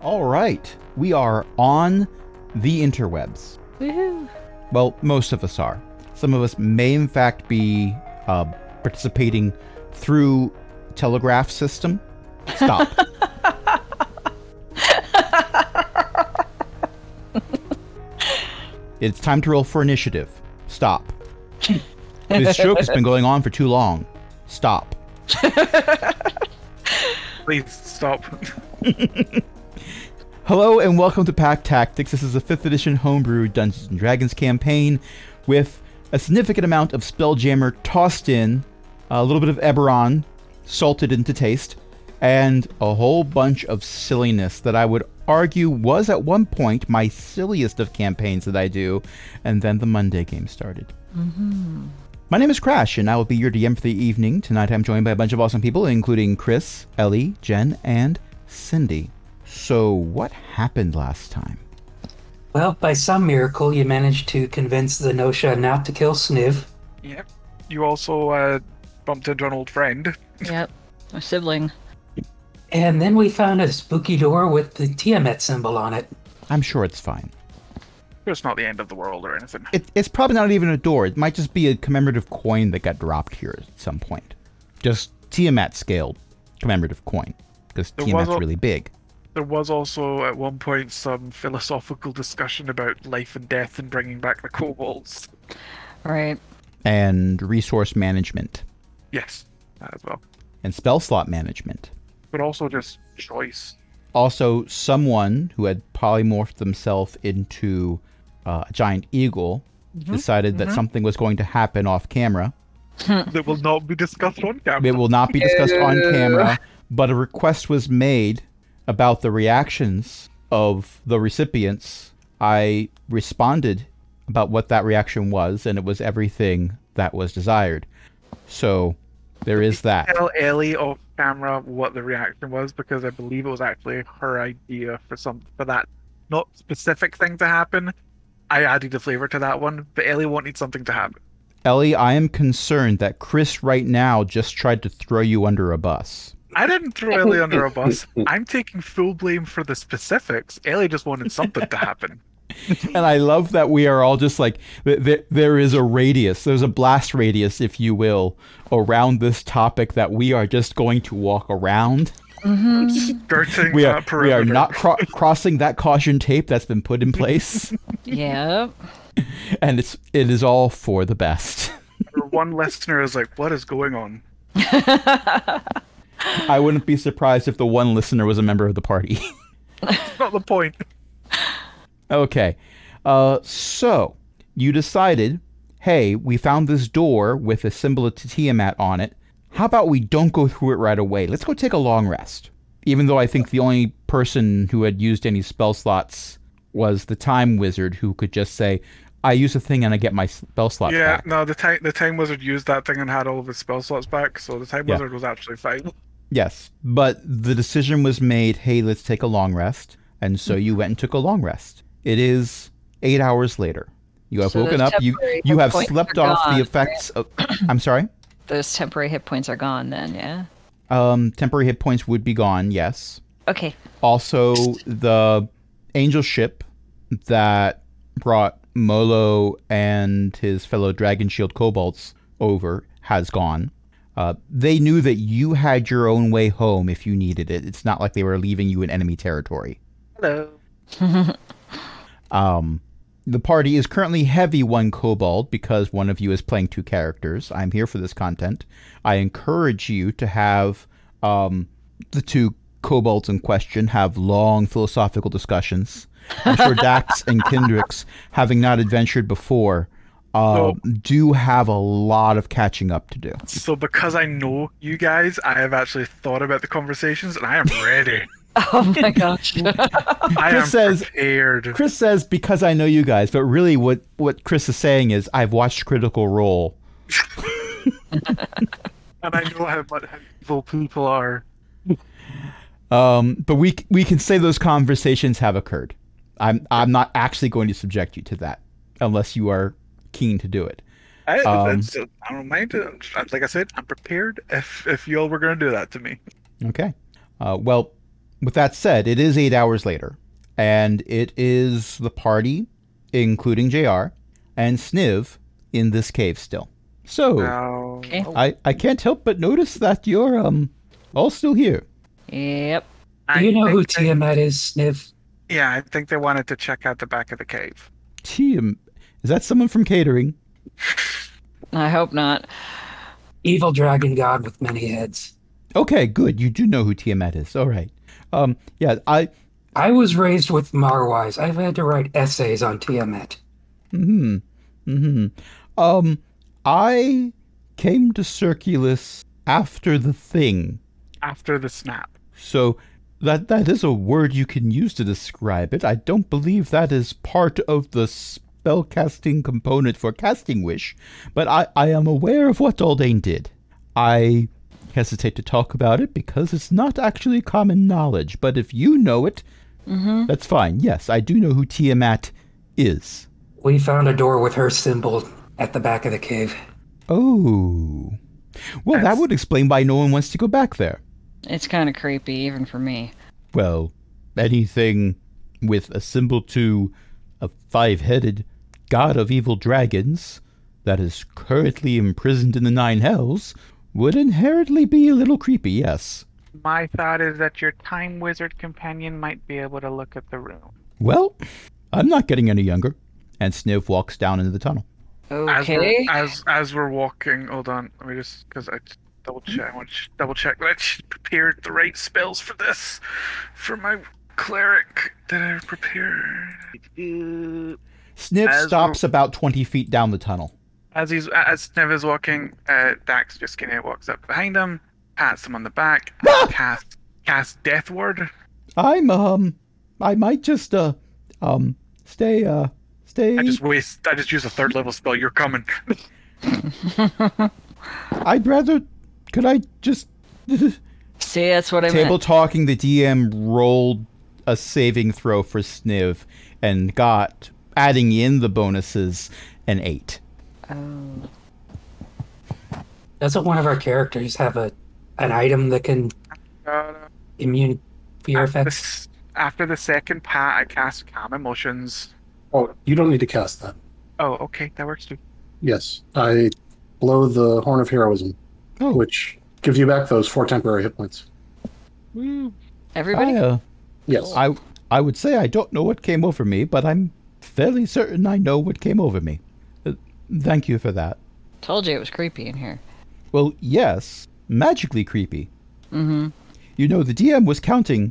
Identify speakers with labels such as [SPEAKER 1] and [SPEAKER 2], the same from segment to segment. [SPEAKER 1] All right. We are on the interwebs.
[SPEAKER 2] Woohoo!
[SPEAKER 1] Well, most of us are. Some of us may, in fact, be uh, participating through telegraph system. Stop. it's time to roll for initiative. Stop. This joke has been going on for too long. Stop.
[SPEAKER 3] Please stop.
[SPEAKER 1] Hello and welcome to Pack Tactics. This is a 5th edition homebrew Dungeons and Dragons campaign with a significant amount of Spelljammer tossed in, a little bit of Eberron salted into taste, and a whole bunch of silliness that I would argue was at one point my silliest of campaigns that I do, and then the Monday game started. My name is Crash, and I will be your DM for the evening. Tonight I'm joined by a bunch of awesome people, including Chris, Ellie, Jen, and Cindy. So, what happened last time?
[SPEAKER 4] Well, by some miracle, you managed to convince the Nosha not to kill Sniv.
[SPEAKER 3] Yep. You also uh, bumped into an old friend.
[SPEAKER 2] Yep, my sibling.
[SPEAKER 4] And then we found a spooky door with the Tiamat symbol on it.
[SPEAKER 1] I'm sure it's fine.
[SPEAKER 3] It's not the end of the world or anything.
[SPEAKER 1] It, it's probably not even a door. It might just be a commemorative coin that got dropped here at some point. Just Tiamat scale commemorative coin. Because
[SPEAKER 3] There
[SPEAKER 1] Tiamat's
[SPEAKER 3] was a-
[SPEAKER 1] really big.
[SPEAKER 3] There was also at one point some philosophical discussion about life and death and bringing back the kobolds.
[SPEAKER 2] Right.
[SPEAKER 1] And resource management.
[SPEAKER 3] Yes, that as well.
[SPEAKER 1] And spell slot management.
[SPEAKER 3] But also just choice.
[SPEAKER 1] also someone who had polymorphed themselves into uh, a giant eagle decided that something was going to happen off camera.
[SPEAKER 3] that will not be discussed on
[SPEAKER 1] It
[SPEAKER 3] camera.
[SPEAKER 1] will not be discussed on camera, but a request was made about the reactions of the recipients. I responded about what that reaction was, and it was everything that was desired. So there is that.
[SPEAKER 3] Tell Ellie off camera what the reaction was because I believe it was actually her idea for some for that not specific thing to happen. I added the flavor to that one, but Ellie wanted something to happen.
[SPEAKER 1] Ellie, I am concerned that Chris right now just tried to throw you under a bus.
[SPEAKER 3] I didn't throw Ellie under a bus. I'm taking full blame for the specifics. Ellie just wanted something to happen.
[SPEAKER 1] And I love that we are all just like th- th- there is a radius, there's a blast radius, if you will, around this topic that we are just going to walk around.
[SPEAKER 3] Skirting
[SPEAKER 1] We are
[SPEAKER 3] that
[SPEAKER 1] we are
[SPEAKER 3] perimeter.
[SPEAKER 1] not cro- crossing that caution tape that's been put in place,
[SPEAKER 2] Yep.
[SPEAKER 1] and it's it is all for the best.
[SPEAKER 3] Our One listener is like, "What is going on?"
[SPEAKER 1] I wouldn't be surprised if the one listener was a member of the party.
[SPEAKER 3] It's not the point.
[SPEAKER 1] Okay. Uh, so you decided, hey, we found this door with a symbol of Tiamat on it. How about we don't go through it right away? Let's go take a long rest. Even though I think the only person who had used any spell slots was the time wizard, who could just say, "I use a thing and I get my spell slot
[SPEAKER 3] Yeah,
[SPEAKER 1] back."
[SPEAKER 3] no. The time the time wizard used that thing and had all of his spell slots back, so the time
[SPEAKER 1] Yeah.
[SPEAKER 3] wizard was actually fine.
[SPEAKER 1] Yes, but the decision was made, "Hey, let's take a long rest," and so you went and took a long rest. It is eight hours later. You have
[SPEAKER 2] So
[SPEAKER 1] woken
[SPEAKER 2] those
[SPEAKER 1] up. You
[SPEAKER 2] temporary
[SPEAKER 1] you
[SPEAKER 2] hit
[SPEAKER 1] have
[SPEAKER 2] points
[SPEAKER 1] slept
[SPEAKER 2] are
[SPEAKER 1] off the
[SPEAKER 2] gone,
[SPEAKER 1] effects of. I'm sorry.
[SPEAKER 2] Those temporary hit points are gone then, yeah?
[SPEAKER 1] Um, temporary hit points would be gone. Yes.
[SPEAKER 2] Okay.
[SPEAKER 1] Also, the angel ship that brought Molo and his fellow Dragon Shield kobolds over has gone. Uh, they knew that you had your own way home if you needed it. It's not like they were leaving you in enemy territory.
[SPEAKER 3] Hello.
[SPEAKER 2] Oh
[SPEAKER 1] Um, the party is currently heavy one kobold because one of you is playing two characters. I'm here for this content. I encourage you to have um, the two kobolds in question have long philosophical discussions. I'm sure Dax and Kindrix, having not adventured before, uh, do have a lot of catching up to do.
[SPEAKER 3] So because I know you guys, I have actually thought about the conversations and I am ready.
[SPEAKER 2] Oh my gosh.
[SPEAKER 3] I am
[SPEAKER 1] Chris says-
[SPEAKER 3] prepared.
[SPEAKER 1] Chris says because I know you guys, but really what what Chris is saying is I've watched Critical Role.
[SPEAKER 3] And I know how much how evil people are.
[SPEAKER 1] Um, but we c- we can say those conversations have occurred. I'm I'm not actually going to subject you to that unless you are keen to do it.
[SPEAKER 3] I,
[SPEAKER 1] Um,
[SPEAKER 3] that's- I don't mind it. Like I said, I'm prepared if if y'all were gonna do that to me.
[SPEAKER 1] Okay. Uh, well, With that said, it is eight hours later, and it is the party, including JR and Sniv, in this cave still. So
[SPEAKER 3] Oh.
[SPEAKER 2] Okay.
[SPEAKER 1] I, I can't help but notice that you're um all still here.
[SPEAKER 2] Yep.
[SPEAKER 3] I
[SPEAKER 4] Do you know who
[SPEAKER 3] think they-
[SPEAKER 4] Tiamat is, Sniv?
[SPEAKER 3] Yeah, I think they wanted to check out the back of the cave.
[SPEAKER 1] Gee, um, is that someone from catering?
[SPEAKER 2] I hope not.
[SPEAKER 4] Evil dragon god with many heads.
[SPEAKER 1] Okay, good. You do know who Tiamat is. All right. Um, yeah, I.
[SPEAKER 4] I was raised with Marwise. I've had to write essays on Tiamat.
[SPEAKER 1] Hmm. Hmm. Um, I came to Circulus after the thing,
[SPEAKER 3] After the snap.
[SPEAKER 1] so that that is a word you can use to describe it. I don't believe that is part of the spellcasting component for casting wish, but I I am aware of what Aldane did. I hesitate to talk about it because it's not actually common knowledge. But if you know it, that's fine. Yes, I do know who Tiamat is.
[SPEAKER 4] We found a door with her symbol at the back of the cave.
[SPEAKER 1] Oh. Well, that
[SPEAKER 3] That's-
[SPEAKER 1] would explain why no one wants to go back there.
[SPEAKER 2] It's kind of creepy, even for me.
[SPEAKER 1] Well, anything with a symbol to a five headed god of evil dragons that is currently imprisoned in the Nine Hells would inherently be a little creepy, yes.
[SPEAKER 3] My thought is that your time wizard companion might be able to look at the room.
[SPEAKER 1] Well, I'm not getting any younger. And Sniv walks down into the tunnel.
[SPEAKER 3] As
[SPEAKER 2] Okay.
[SPEAKER 3] we're, as as we're walking, hold on. Let me just because I just double check. I want to double check that I ch- prepared the right spells for this. For my cleric that I prepared.
[SPEAKER 1] Sniv
[SPEAKER 3] As-
[SPEAKER 1] stops about 20 feet down the tunnel.
[SPEAKER 3] As he's as Sniv is walking, uh, Dax just kind of walks up behind him, pats him on the back, and casts cast Death Ward.
[SPEAKER 1] I'm, um, I might just, uh, um, stay, uh, stay.
[SPEAKER 3] I just waste. I just use a third level spell. You're coming.
[SPEAKER 1] I'd rather. Could I just
[SPEAKER 2] See, that's what I
[SPEAKER 1] table
[SPEAKER 2] meant.
[SPEAKER 1] talking? The DM rolled a saving throw for Sniv and got adding in the bonuses an eight.
[SPEAKER 2] Oh.
[SPEAKER 4] Doesn't one of our characters have a an item that can
[SPEAKER 3] Uh,
[SPEAKER 4] immune fear
[SPEAKER 3] after, the,
[SPEAKER 4] effects?
[SPEAKER 3] s- after the second pat, I cast Calm Emotions.
[SPEAKER 5] Oh, you don't need to cast that.
[SPEAKER 3] Oh, okay, that works too.
[SPEAKER 5] Yes, I blow the Horn of Heroism,
[SPEAKER 1] Oh,
[SPEAKER 5] which gives you back those four temporary hit points.
[SPEAKER 1] I,
[SPEAKER 2] Everybody?
[SPEAKER 1] uh,
[SPEAKER 5] Yes.
[SPEAKER 1] I I would say I don't know what came over me, but I'm fairly certain I know what came over me. Uh, thank you for that.
[SPEAKER 2] Told you it was creepy in here.
[SPEAKER 1] Well, yes, magically creepy.
[SPEAKER 2] Mm-hmm.
[SPEAKER 1] You know, the DM was counting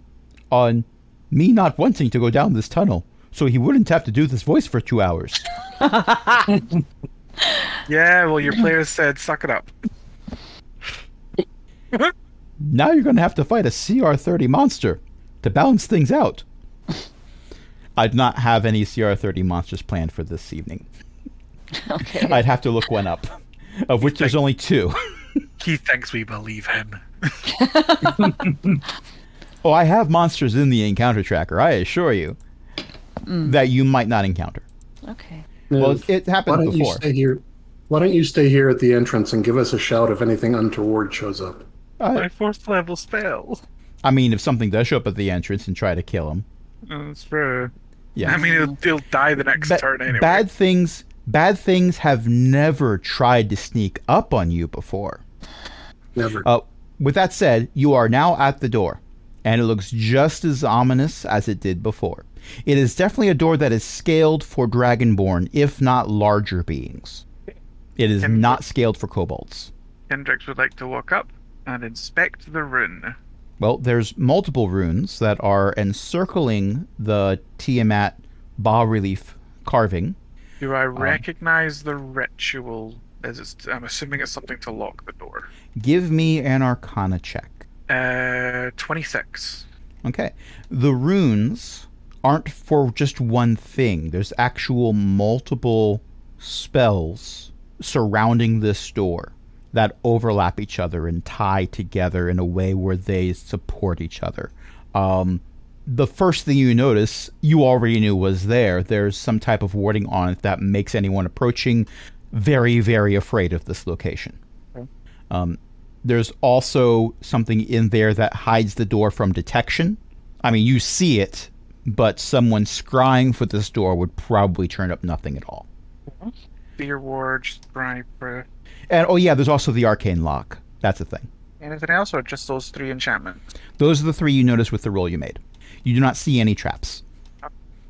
[SPEAKER 1] on me not wanting to go down this tunnel, so he wouldn't have to do this voice for two hours.
[SPEAKER 3] Yeah, well, your players said suck it up.
[SPEAKER 1] Now you're going to have to fight a CR30 monster to balance things out. I'd not have any CR30 monsters planned for this evening.
[SPEAKER 2] Okay.
[SPEAKER 1] I'd have to look one up, of which there's only two.
[SPEAKER 3] He thinks we believe him.
[SPEAKER 1] oh, I have monsters in the encounter tracker, I assure you, that you might not encounter.
[SPEAKER 2] Okay.
[SPEAKER 1] Well,
[SPEAKER 5] Now,
[SPEAKER 1] it, it
[SPEAKER 5] why
[SPEAKER 1] happened
[SPEAKER 5] don't you
[SPEAKER 1] before.
[SPEAKER 5] stay here? Why don't you stay here at the entrance and give us a shout if anything untoward shows up?
[SPEAKER 3] My
[SPEAKER 1] I,
[SPEAKER 3] fourth level spell.
[SPEAKER 1] I mean, if something does show up at the entrance and try to kill him,
[SPEAKER 3] That's true.
[SPEAKER 1] yeah.
[SPEAKER 3] I mean, he'll, he'll die the next
[SPEAKER 1] Ba-
[SPEAKER 3] turn anyway.
[SPEAKER 1] Bad things, bad things have never tried to sneak up on you before.
[SPEAKER 5] Never.
[SPEAKER 1] Uh, with that said, you are now at the door, and it looks just as ominous as it did before. It is definitely a door that is scaled for dragonborn, if not larger beings. It is
[SPEAKER 3] Can-
[SPEAKER 1] not scaled for kobolds.
[SPEAKER 3] Hendrix would like to walk up and inspect the rune.
[SPEAKER 1] Well, there's multiple runes that are encircling the Tiamat bas relief carving.
[SPEAKER 3] Do I recognize the ritual? As it's, I'm assuming it's something to lock the door.
[SPEAKER 1] Give me an arcana check.
[SPEAKER 3] Uh, 26.
[SPEAKER 1] Okay. The runes aren't for just one thing. There's actual multiple spells surrounding this door that overlap each other and tie together in a way where they support each other. Um, the first thing you notice, you already knew was there. There's some type of warding on it that makes anyone approaching very, very afraid of this location. Um, there's also something in there that hides the door from detection I mean, you see it, but someone scrying for this door would probably turn up nothing at all.
[SPEAKER 3] Fear ward, sniper.
[SPEAKER 1] And oh yeah, there's also the arcane lock. That's a thing.
[SPEAKER 3] Anything else, or just those three enchantments?
[SPEAKER 1] Those are the three you notice with the roll you made. You do not see any traps.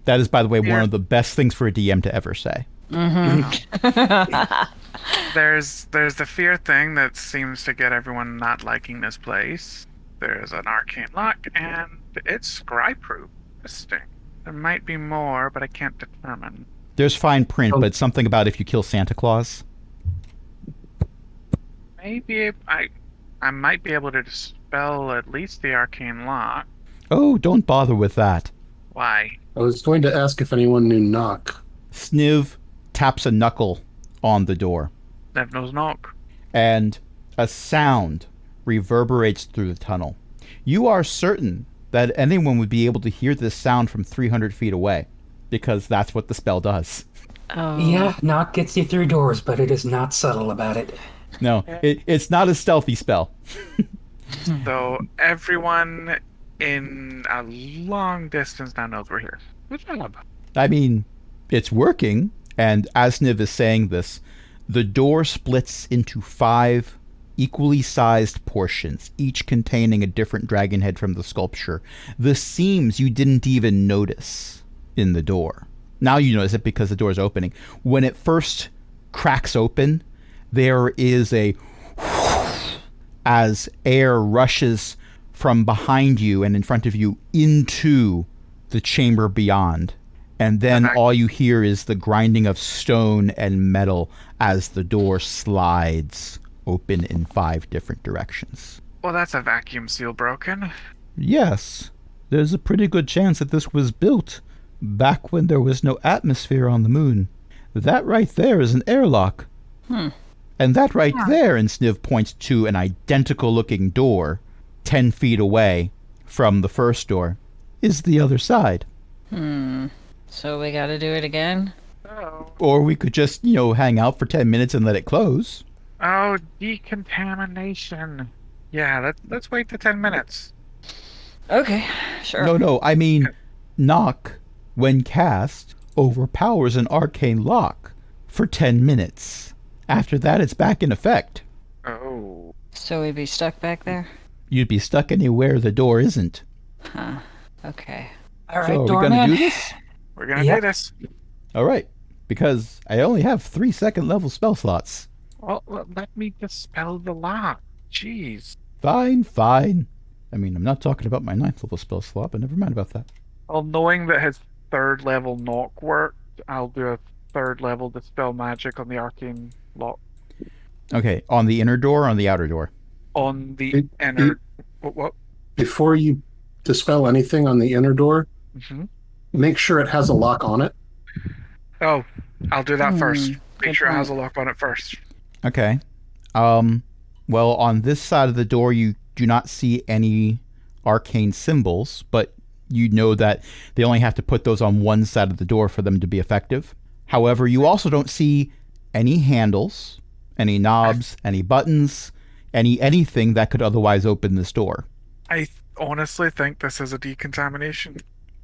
[SPEAKER 1] That is, by the way, one
[SPEAKER 3] Yeah.
[SPEAKER 1] of the best things for a DM to ever say.
[SPEAKER 2] Mm-hmm.
[SPEAKER 3] There's there's the fear thing that seems to get everyone not liking this place. There's an arcane lock, and it's scry proof. Interesting. There might be more, but I can't determine.
[SPEAKER 1] There's fine print,
[SPEAKER 4] Oh.
[SPEAKER 1] but it's something about if you kill Santa Claus.
[SPEAKER 3] Maybe I I might be able to dispel at least the arcane lock.
[SPEAKER 1] Oh, don't bother with that.
[SPEAKER 3] Why?
[SPEAKER 5] I was going to ask if anyone knew knock.
[SPEAKER 1] Sniv taps a knuckle on the door,
[SPEAKER 3] Nevno's knock.
[SPEAKER 1] and a sound reverberates through the tunnel. You are certain that anyone would be able to hear this sound from 300 feet away, because that's what the spell does.
[SPEAKER 2] Oh.
[SPEAKER 4] Yeah, knock gets you through doors, but it is not subtle about it.
[SPEAKER 1] No, it, it's not a stealthy spell.
[SPEAKER 3] So everyone in a long distance now knows we're here. Good job.
[SPEAKER 1] I mean, it's working. And as Niv is saying this, the door splits into five equally sized portions, each containing a different dragon head from the sculpture. The seams you didn't even notice in the door. Now you notice it because the door is opening. When it first cracks open, there is a as air rushes from behind you and in front of you into the chamber beyond. And then
[SPEAKER 3] Okay.
[SPEAKER 1] all you hear is the grinding of stone and metal as the door slides open in five different directions.
[SPEAKER 3] Well, that's a vacuum seal broken.
[SPEAKER 1] Yes, there's a pretty good chance that this was built back when there was no atmosphere on the moon. That right there is an airlock. And that right there, and Sniv points to an identical looking door, 10 feet away from the first door, is the other side.
[SPEAKER 2] So we got to do it again.
[SPEAKER 3] Oh,
[SPEAKER 1] Or we could just, you know, hang out for 10 minutes and let it close.
[SPEAKER 3] oh, decontamination. Yeah, let, let's wait the 10 minutes.
[SPEAKER 2] Okay. Sure.
[SPEAKER 1] No, no, I mean, knock, when cast, overpowers an arcane lock for 10 minutes. After that, it's back in effect.
[SPEAKER 3] Oh.
[SPEAKER 2] So we'd be stuck back there.
[SPEAKER 1] You'd be stuck anywhere the door isn't.
[SPEAKER 2] Okay.
[SPEAKER 4] All right,
[SPEAKER 1] So are we gonna
[SPEAKER 4] doorman.
[SPEAKER 1] do this?
[SPEAKER 3] We're gonna
[SPEAKER 4] Yeah.
[SPEAKER 3] do this.
[SPEAKER 1] All right, because I only have three second level spell slots.
[SPEAKER 3] Well, l- let me dispel the lock. Jeez.
[SPEAKER 1] Fine, fine. I mean, I'm not talking about my ninth level spell slot, but never mind about that.
[SPEAKER 3] Well, knowing that his third level knock worked, I'll do a third level dispel magic on the arcane lock
[SPEAKER 1] Okay, on the inner door, or on the outer door.
[SPEAKER 3] on the
[SPEAKER 5] It-
[SPEAKER 3] inner. what? what?
[SPEAKER 5] Before you dispel anything on the inner door,
[SPEAKER 3] Mhm.
[SPEAKER 5] make sure it has a lock on it.
[SPEAKER 3] Oh, I'll do that
[SPEAKER 2] Hmm,
[SPEAKER 3] first. Make
[SPEAKER 2] good
[SPEAKER 3] sure it
[SPEAKER 2] point.
[SPEAKER 3] has a lock on it first.
[SPEAKER 1] Okay. Um. Well, on this side of the door, you do not see any arcane symbols, but you know that they only have to put those on one side of the door for them to be effective. However, you also don't see any handles, any knobs, any buttons, any anything that could otherwise open this door.
[SPEAKER 3] I th- honestly think this is a decontamination.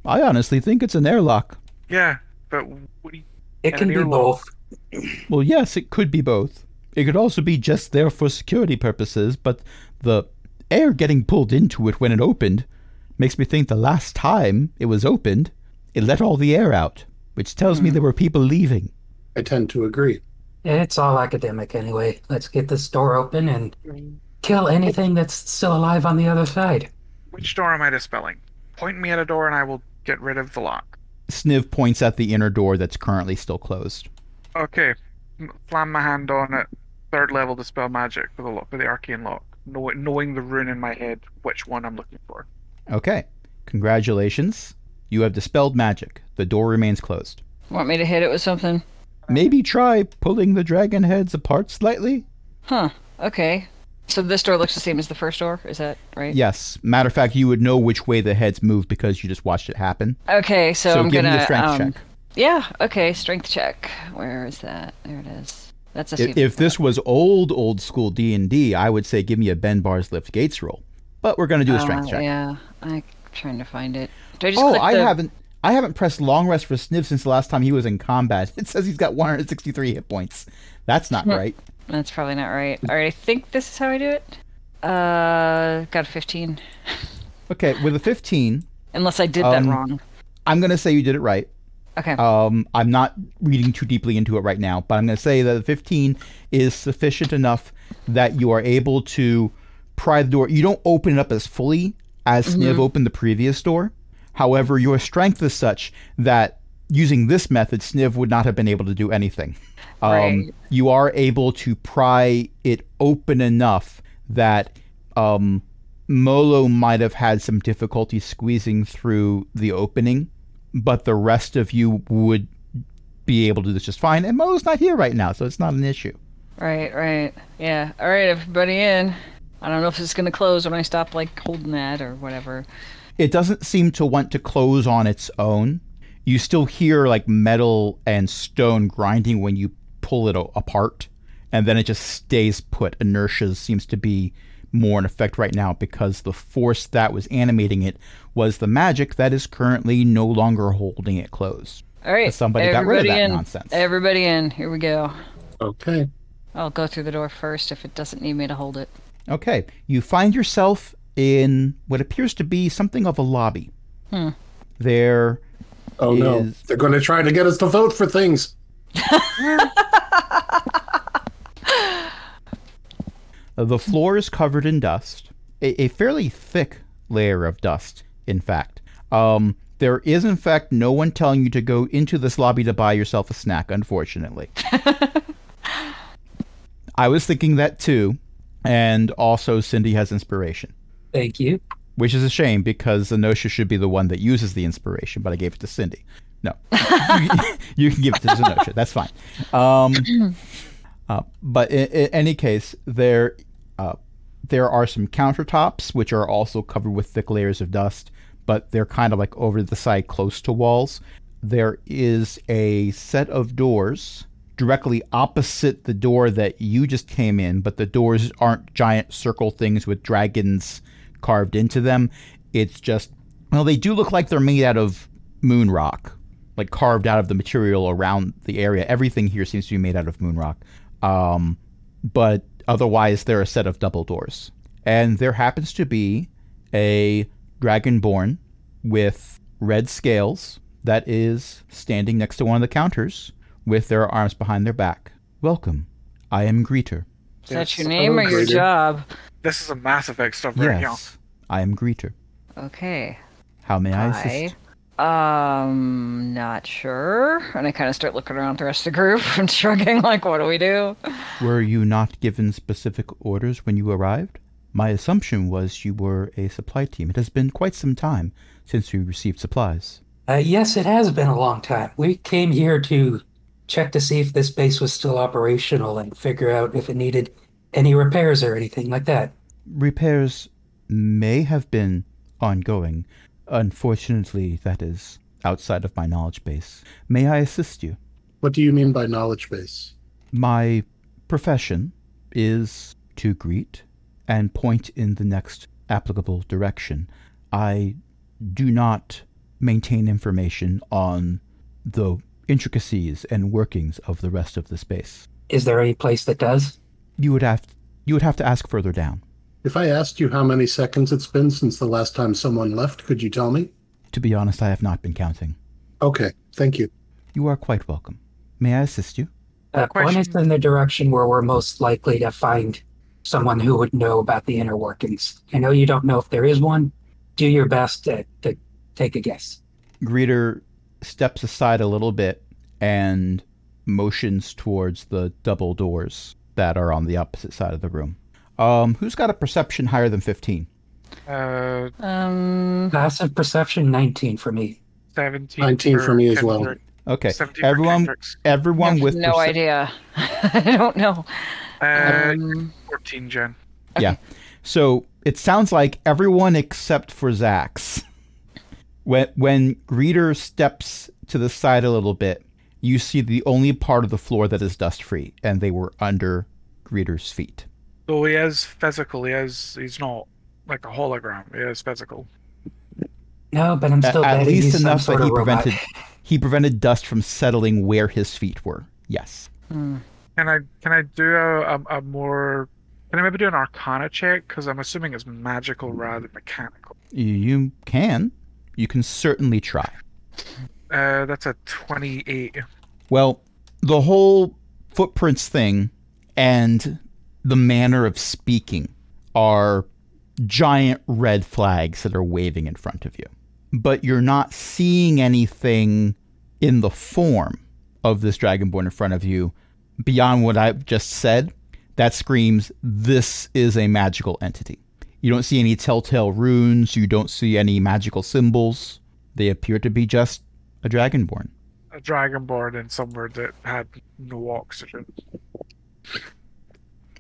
[SPEAKER 1] I honestly think it's an airlock.
[SPEAKER 3] Yeah, but what do you-
[SPEAKER 4] It can
[SPEAKER 3] And
[SPEAKER 4] be
[SPEAKER 3] you're
[SPEAKER 4] both.
[SPEAKER 1] Well, yes, it could be both. It could also be just there for security purposes, but the air getting pulled into it when it opened makes me think the last time it was opened, it let all the air out, which tells me there were people leaving.
[SPEAKER 5] I tend to agree.
[SPEAKER 4] It's all academic anyway. Let's get this door open and kill anything that's still alive on the other side.
[SPEAKER 3] which door am I dispelling? Point me at a door and I will get rid of the lock.
[SPEAKER 1] Sniv points at the inner door that's currently still closed.
[SPEAKER 3] Okay, m- slam my hand on it. Third level dispel magic for the lock for the arcane lock. Know- knowing the rune in my head, which one I'm looking for.
[SPEAKER 1] Okay, congratulations. You have dispelled magic. The door remains closed.
[SPEAKER 2] Want me to hit it with something?
[SPEAKER 1] Maybe try pulling the dragon heads apart slightly?
[SPEAKER 2] Huh. Okay. So this door looks the same as the first door. Is that right?
[SPEAKER 1] Yes. Matter of fact, you would know which way the heads move because you just watched it happen.
[SPEAKER 2] Okay. So,
[SPEAKER 1] so
[SPEAKER 2] I'm
[SPEAKER 1] give
[SPEAKER 2] gonna.
[SPEAKER 1] me a strength
[SPEAKER 2] um,
[SPEAKER 1] check.
[SPEAKER 2] Yeah. Okay. Strength check. Where is that? There it is. That's a.
[SPEAKER 1] if, if this was old old school D and D, I would say give me a Ben Bars lift gates roll. But we're gonna do a strength
[SPEAKER 2] Uh,
[SPEAKER 1] check.
[SPEAKER 2] Yeah. I trying to find it. Did I just
[SPEAKER 1] Oh,
[SPEAKER 2] click
[SPEAKER 1] I
[SPEAKER 2] the-
[SPEAKER 1] haven't. I haven't pressed long rest for Sniv since the last time he was in combat. It says he's got 163 hit points. That's not right.
[SPEAKER 2] That's probably not right. All right, I think this is how I do it. Uh, got a 15.
[SPEAKER 1] Okay, with a 15,
[SPEAKER 2] Unless I did that
[SPEAKER 1] Um,
[SPEAKER 2] wrong.
[SPEAKER 1] I'm going to say you did it right.
[SPEAKER 2] Okay.
[SPEAKER 1] Um, I'm not reading too deeply into it right now, but I'm going to say that the 15 is sufficient enough that you are able to pry the door. You don't open it up as fully as
[SPEAKER 2] Mm-hmm.
[SPEAKER 1] Sniv opened the previous door. However, your strength is such that using this method, Sniv would not have been able to do anything. Um,
[SPEAKER 2] Right.
[SPEAKER 1] You are able to pry it open enough that um, Molo might have had some difficulty squeezing through the opening, but the rest of you would be able to do this just fine. And Molo's not here right now, so it's not an issue.
[SPEAKER 2] Right, right. Yeah. All right, everybody in. I don't know if it's going to close when I stop, like, holding that or whatever.
[SPEAKER 1] It doesn't seem to want to close on its own. You still hear like metal and stone grinding when you pull it a- apart, and then it just stays put. Inertia seems to be more in effect right now because the force that was animating it was the magic that is currently no longer holding it closed.
[SPEAKER 2] All right.
[SPEAKER 1] somebody got rid of
[SPEAKER 2] everybody
[SPEAKER 1] that
[SPEAKER 2] in.
[SPEAKER 1] nonsense.
[SPEAKER 2] Everybody in. Here we go.
[SPEAKER 5] Okay.
[SPEAKER 2] I'll go through the door first if it doesn't need me to hold it.
[SPEAKER 1] Okay, you find yourself in what appears to be something of a lobby. There,
[SPEAKER 5] Oh no.
[SPEAKER 1] Is-
[SPEAKER 5] They're going to try to get us to vote for things.
[SPEAKER 1] the floor is covered in dust, a, a fairly thick layer of dust, in fact. Um, there is, in fact, no one telling you to go into this lobby to buy yourself a snack, unfortunately. I was thinking that too, and also Cindy has inspiration.
[SPEAKER 4] Thank you.
[SPEAKER 1] which is a shame because Zenosha should be the one that uses the inspiration, but I gave it to Cindy. No, you can give it to Zenosha. That's fine. Um, uh, but in, in any case, there uh, there are some countertops which are also covered with thick layers of dust, but they're kind of like over the side, close to walls. There is a set of doors directly opposite the door that you just came in, but the doors aren't giant circle things with dragons carved into them. It's just, well, they do look like they're made out of moon rock, like carved out of the material around the area. Everything here seems to be made out of moon rock. Um, but otherwise, they're a set of double doors. And there happens to be a dragonborn with red scales that is standing next to one of the counters with their arms behind their back. Welcome. I am Greeter.
[SPEAKER 2] Is that
[SPEAKER 3] Yes.
[SPEAKER 2] your name or your
[SPEAKER 5] Greater.
[SPEAKER 2] job?
[SPEAKER 3] This is a Mass Effect stuff right now.
[SPEAKER 1] Yes, I am Greeter.
[SPEAKER 2] Okay.
[SPEAKER 1] How may I
[SPEAKER 2] I.
[SPEAKER 1] assist?
[SPEAKER 2] Um, not sure. And I kind of start looking around at the rest of the group and shrugging, like, what do we do?
[SPEAKER 1] Were you not given specific orders when you arrived? My assumption was you were a supply team. It has been quite some time since we received supplies.
[SPEAKER 4] Uh, yes, it has been a long time. We came here to check to see if this base was still operational and figure out if it needed any repairs or anything like that.
[SPEAKER 1] Repairs may have been ongoing. Unfortunately, that is outside of my knowledge base. May I assist you?
[SPEAKER 5] What do you mean by knowledge base?
[SPEAKER 1] My profession is to greet and point in the next applicable direction. I do not maintain information on the intricacies and workings of the rest of the space.
[SPEAKER 4] Is there any place that does?
[SPEAKER 1] You would have you would have to ask further down.
[SPEAKER 5] If I asked you how many seconds it's been since the last time someone left, could you tell me?
[SPEAKER 1] To be honest, I have not been counting.
[SPEAKER 5] Okay, thank you.
[SPEAKER 1] You are quite welcome. May I assist you?
[SPEAKER 4] Uh, one is
[SPEAKER 3] question.
[SPEAKER 4] in the direction where we're most likely to find someone who would know about the inner workings. I know you don't know if there is one. Do your best to, to take a guess.
[SPEAKER 1] Greeter steps aside a little bit and motions towards the double doors that are on the opposite side of the room. Um, who's got a perception higher than 15?
[SPEAKER 3] Uh,
[SPEAKER 2] Um,
[SPEAKER 4] Passive perception 19 for me.
[SPEAKER 3] 17
[SPEAKER 5] 19 for me as well.
[SPEAKER 3] Kendrick.
[SPEAKER 1] Okay.
[SPEAKER 3] 17 for
[SPEAKER 1] Everyone
[SPEAKER 3] Kendrick's.
[SPEAKER 2] I
[SPEAKER 1] everyone
[SPEAKER 2] have
[SPEAKER 1] with
[SPEAKER 2] no
[SPEAKER 1] perce-
[SPEAKER 2] idea. I don't know.
[SPEAKER 3] Uh,
[SPEAKER 2] Um,
[SPEAKER 3] 14, Jen.
[SPEAKER 1] So, it sounds like everyone except for Zax. When when Greeter steps to the side a little bit, you see the only part of the floor that is dust free and they were under Greeter's feet.
[SPEAKER 3] So he is physical. He is. He's not like a hologram. He is physical.
[SPEAKER 4] No, but I'm
[SPEAKER 1] A-
[SPEAKER 4] still
[SPEAKER 1] at,
[SPEAKER 4] betting
[SPEAKER 1] least
[SPEAKER 4] he's some
[SPEAKER 1] enough
[SPEAKER 4] sort
[SPEAKER 1] that he
[SPEAKER 4] of robot.
[SPEAKER 1] prevented he prevented dust from settling where his feet were. Yes.
[SPEAKER 2] Hmm.
[SPEAKER 3] Can I can I do a, a, a more? Can I maybe do an Arcana check? Because I'm assuming it's magical rather than mechanical.
[SPEAKER 1] You can. You can certainly try.
[SPEAKER 3] Uh, that's a twenty-eight.
[SPEAKER 1] Well, the whole footprints thing and the manner of speaking are giant red flags that are waving in front of you. But you're not seeing anything in the form of this dragonborn in front of you beyond what I've just said. That screams, this is a magical entity. You don't see any telltale runes, you don't see any magical symbols. They appear to be just a dragonborn.
[SPEAKER 3] A dragonborn in somewhere that had no oxygen.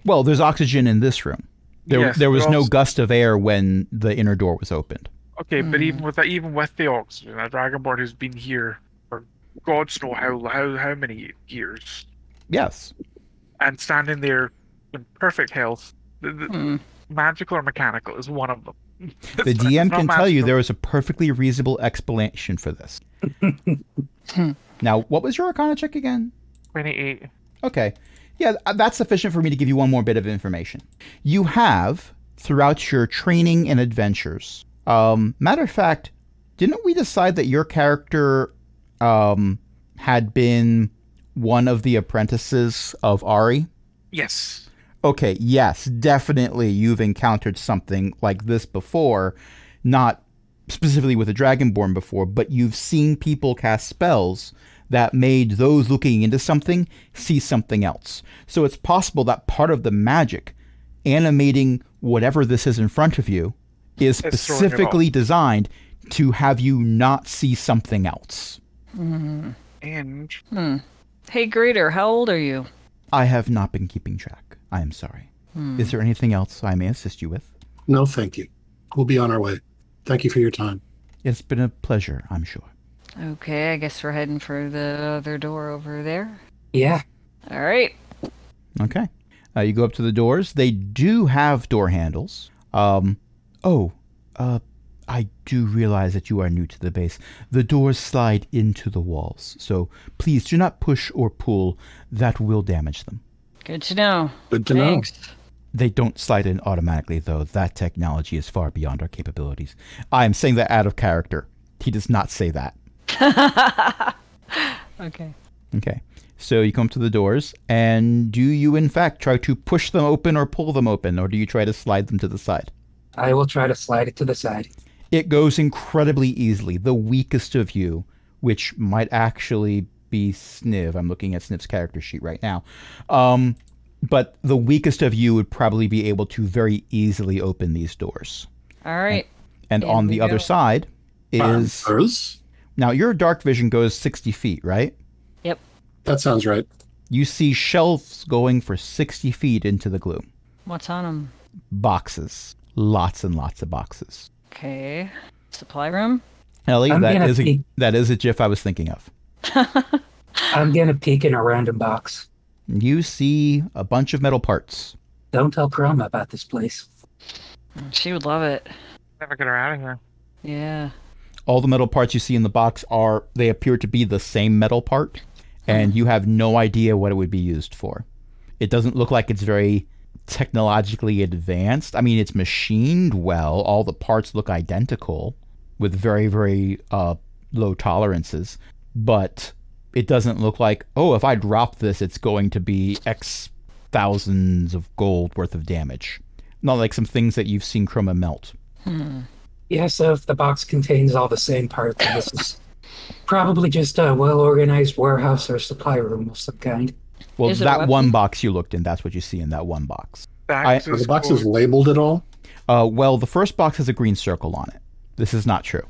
[SPEAKER 1] Well, there's oxygen in this room. There,
[SPEAKER 3] Yes,
[SPEAKER 1] there was
[SPEAKER 3] but
[SPEAKER 1] no
[SPEAKER 3] also-
[SPEAKER 1] gust of air when the inner door was opened.
[SPEAKER 3] Okay, but even
[SPEAKER 1] Hmm.
[SPEAKER 3] with that, even with the oxygen, a dragonborn who's been here for God's know how how how many years
[SPEAKER 1] Yes.
[SPEAKER 3] and standing there in perfect health, the, the,
[SPEAKER 2] Hmm.
[SPEAKER 3] magical or mechanical is one of them.
[SPEAKER 1] The DM can tell you there
[SPEAKER 3] there.
[SPEAKER 1] was a perfectly reasonable explanation for this. now, what was your Arcana check again?
[SPEAKER 3] Twenty-eight.
[SPEAKER 1] Okay. Yeah, th- that's sufficient for me to give you one more bit of information. You have, throughout your training and adventures, um, matter of fact, didn't we decide that your character um, had been one of the apprentices of Ari?
[SPEAKER 3] Yes.
[SPEAKER 1] Okay, yes, definitely you've encountered something like this before, not specifically with a dragonborn before, but you've seen people cast spells that made those looking into something see something else. So it's possible that part of the magic animating whatever this is in front of you is
[SPEAKER 3] throwing it off.
[SPEAKER 1] specifically designed to have you not see something else.
[SPEAKER 3] And
[SPEAKER 2] hmm. Hey, Greeter, how old are you?
[SPEAKER 1] I have not been keeping track. I am sorry. Is there anything else I may assist you with?
[SPEAKER 5] No, thank you. We'll be on our way. Thank you for your time.
[SPEAKER 1] It's been a pleasure, I'm sure.
[SPEAKER 2] Okay, I guess we're heading for the other door over there.
[SPEAKER 4] Yeah.
[SPEAKER 2] All right.
[SPEAKER 1] Okay. Uh, you go up to the doors. They do have door handles. Um, oh, uh, I do realize that you are new to the base. The doors slide into the walls, so please do not push or pull. That will damage them.
[SPEAKER 2] Good to know.
[SPEAKER 5] Good to
[SPEAKER 2] Thanks.
[SPEAKER 1] They don't slide in automatically, though. That technology is far beyond our capabilities. I am saying that out of character. He does not say that.
[SPEAKER 2] Okay.
[SPEAKER 1] Okay. So you come to the doors, and do you, in fact, try to push them open or pull them open, or do you try to slide them to the side?
[SPEAKER 4] I will try to slide it to the side.
[SPEAKER 1] it goes incredibly easily. The weakest of you, which might actually be Sniv. I'm looking at Sniv's character sheet right now. Um, but the weakest of you would probably be able to very easily open these doors.
[SPEAKER 2] All right.
[SPEAKER 1] And
[SPEAKER 2] In
[SPEAKER 1] on
[SPEAKER 2] we
[SPEAKER 1] the other
[SPEAKER 2] go.
[SPEAKER 1] side is
[SPEAKER 5] Ours?
[SPEAKER 1] now your dark vision goes 60 feet, right?
[SPEAKER 5] That sounds right.
[SPEAKER 1] You see shelves going for 60 feet into the gloom.
[SPEAKER 2] What's on them?
[SPEAKER 1] Boxes, lots and lots of boxes.
[SPEAKER 2] Okay. Supply room.
[SPEAKER 1] Ellie,
[SPEAKER 4] I'm
[SPEAKER 1] that
[SPEAKER 4] gonna
[SPEAKER 1] is a,
[SPEAKER 4] peek.
[SPEAKER 1] that is a GIF I was thinking of.
[SPEAKER 4] I'm gonna peek in a random box.
[SPEAKER 1] You see a bunch of metal parts.
[SPEAKER 4] Don't tell Chroma about this place.
[SPEAKER 2] She would love it.
[SPEAKER 3] never get her out of here.
[SPEAKER 2] Yeah.
[SPEAKER 1] all the metal parts you see in the box are they appear to be the same metal part and you have no idea what it would be used for it doesn't look like it's very technologically advanced i mean it's machined well all the parts look identical with very very uh, low tolerances but it doesn't look like oh if i drop this it's going to be x thousands of gold worth of damage not like some things that you've seen chroma melt
[SPEAKER 4] Yeah, so if the box contains all the same part, then this is probably just a well organized warehouse or supply room of some kind.
[SPEAKER 1] Well,
[SPEAKER 2] Is it a
[SPEAKER 1] that
[SPEAKER 2] weapon?
[SPEAKER 1] one box you looked in, that's what you see in that one box.
[SPEAKER 3] Dax
[SPEAKER 1] I-
[SPEAKER 5] Are
[SPEAKER 3] is
[SPEAKER 5] the boxes
[SPEAKER 3] going-
[SPEAKER 5] labeled at all?
[SPEAKER 1] Uh, well, the first box has a green circle on it. This is not true.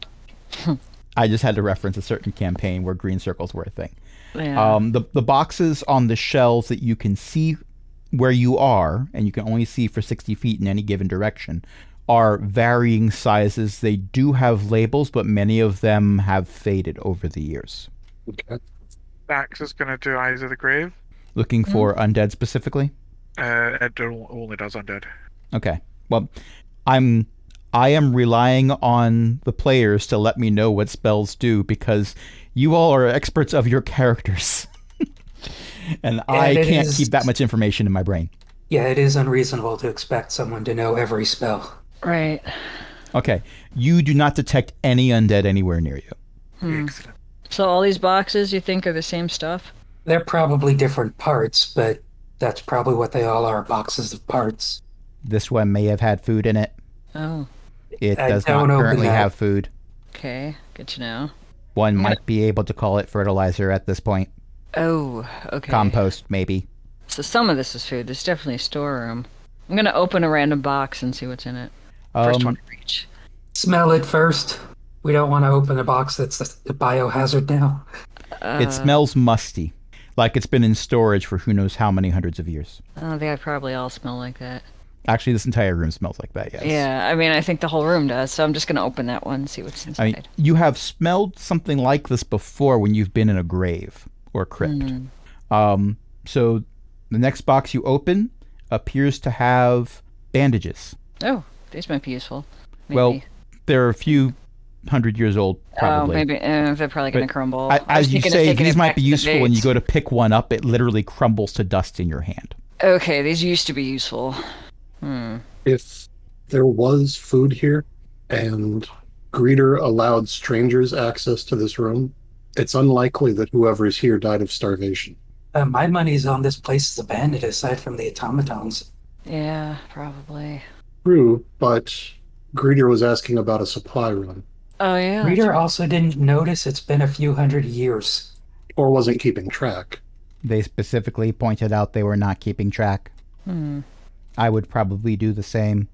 [SPEAKER 1] I just had to reference a certain campaign where green circles were a thing.
[SPEAKER 2] Yeah.
[SPEAKER 1] Um, the, the boxes on the shelves that you can see where you are, and you can only see for 60 feet in any given direction, are varying sizes. They do have labels, but many of them have faded over the years.
[SPEAKER 5] Okay.
[SPEAKER 3] Dax is going to do Eyes of the Grave.
[SPEAKER 1] Looking for
[SPEAKER 2] Mm.
[SPEAKER 1] undead specifically?
[SPEAKER 3] Uh, it do- only does undead.
[SPEAKER 1] Okay. Well, I'm I am relying on the players to let me know what spells do because you all are experts of your characters. and I
[SPEAKER 4] it
[SPEAKER 1] can't
[SPEAKER 4] is-
[SPEAKER 1] keep that much information in my brain.
[SPEAKER 4] Yeah, it is unreasonable to expect someone to know every spell.
[SPEAKER 2] Right.
[SPEAKER 1] Okay. You do not detect any undead anywhere near you.
[SPEAKER 3] Excellent.
[SPEAKER 2] So all these boxes you think are the same stuff?
[SPEAKER 4] They're probably different parts, but that's probably what they all are boxes of parts.
[SPEAKER 1] This one may have had food in it.
[SPEAKER 2] Oh,
[SPEAKER 1] It
[SPEAKER 4] I
[SPEAKER 1] does not
[SPEAKER 4] don't open
[SPEAKER 1] currently
[SPEAKER 4] that.
[SPEAKER 1] have food.
[SPEAKER 2] okay. Good to know.
[SPEAKER 1] One might be able to call it fertilizer at this point.
[SPEAKER 2] Oh, okay.
[SPEAKER 1] Compost, maybe.
[SPEAKER 2] So some of this is food. There's definitely a storeroom. I'm gonna open a random box and see what's in it. First
[SPEAKER 1] Um,
[SPEAKER 2] one to reach.
[SPEAKER 4] Smell it first. We don't want to open a box that's a biohazard now. Uh.
[SPEAKER 1] It smells musty, like it's been in storage for who knows how many hundreds of years.
[SPEAKER 2] Oh, they probably all smell like that.
[SPEAKER 1] Actually, this entire room smells like that, yes.
[SPEAKER 2] Yeah, I mean, I think the whole room does. So I'm just gonna open that one and see what's inside.
[SPEAKER 1] I mean, you have smelled something like this before when you've been in a grave or crypt.
[SPEAKER 2] Mm. Hmm.
[SPEAKER 1] Um, so the next box you open appears to have bandages.
[SPEAKER 2] oh, these might be useful. Maybe.
[SPEAKER 1] Well, they're a few hundred years old,
[SPEAKER 2] oh,
[SPEAKER 1] probably.
[SPEAKER 2] maybe uh, they're probably gonna
[SPEAKER 1] But
[SPEAKER 2] crumble.
[SPEAKER 1] A-
[SPEAKER 2] I was
[SPEAKER 1] As you
[SPEAKER 2] thinking of
[SPEAKER 1] say,
[SPEAKER 2] taking
[SPEAKER 1] these
[SPEAKER 2] it
[SPEAKER 1] might
[SPEAKER 2] back
[SPEAKER 1] be
[SPEAKER 2] to the
[SPEAKER 1] useful when you
[SPEAKER 2] base.
[SPEAKER 1] go to pick one up. It literally crumbles to dust in your hand.
[SPEAKER 2] Okay, these used to be useful. Hmm.
[SPEAKER 5] If there was food here and Greeter allowed strangers access to this room, it's unlikely that whoever is here died of starvation.
[SPEAKER 4] Uh, my money's on this place is abandoned aside from the automatons.
[SPEAKER 2] Oh, Yeah, probably.
[SPEAKER 5] True, but Greeter was asking about a supply run
[SPEAKER 2] Oh yeah. that's
[SPEAKER 4] Reader
[SPEAKER 2] right.
[SPEAKER 4] also didn't notice it's been a few hundred years.
[SPEAKER 5] or wasn't keeping track.
[SPEAKER 1] They specifically pointed out they were not keeping track.
[SPEAKER 2] Hmm.
[SPEAKER 1] I would probably do the same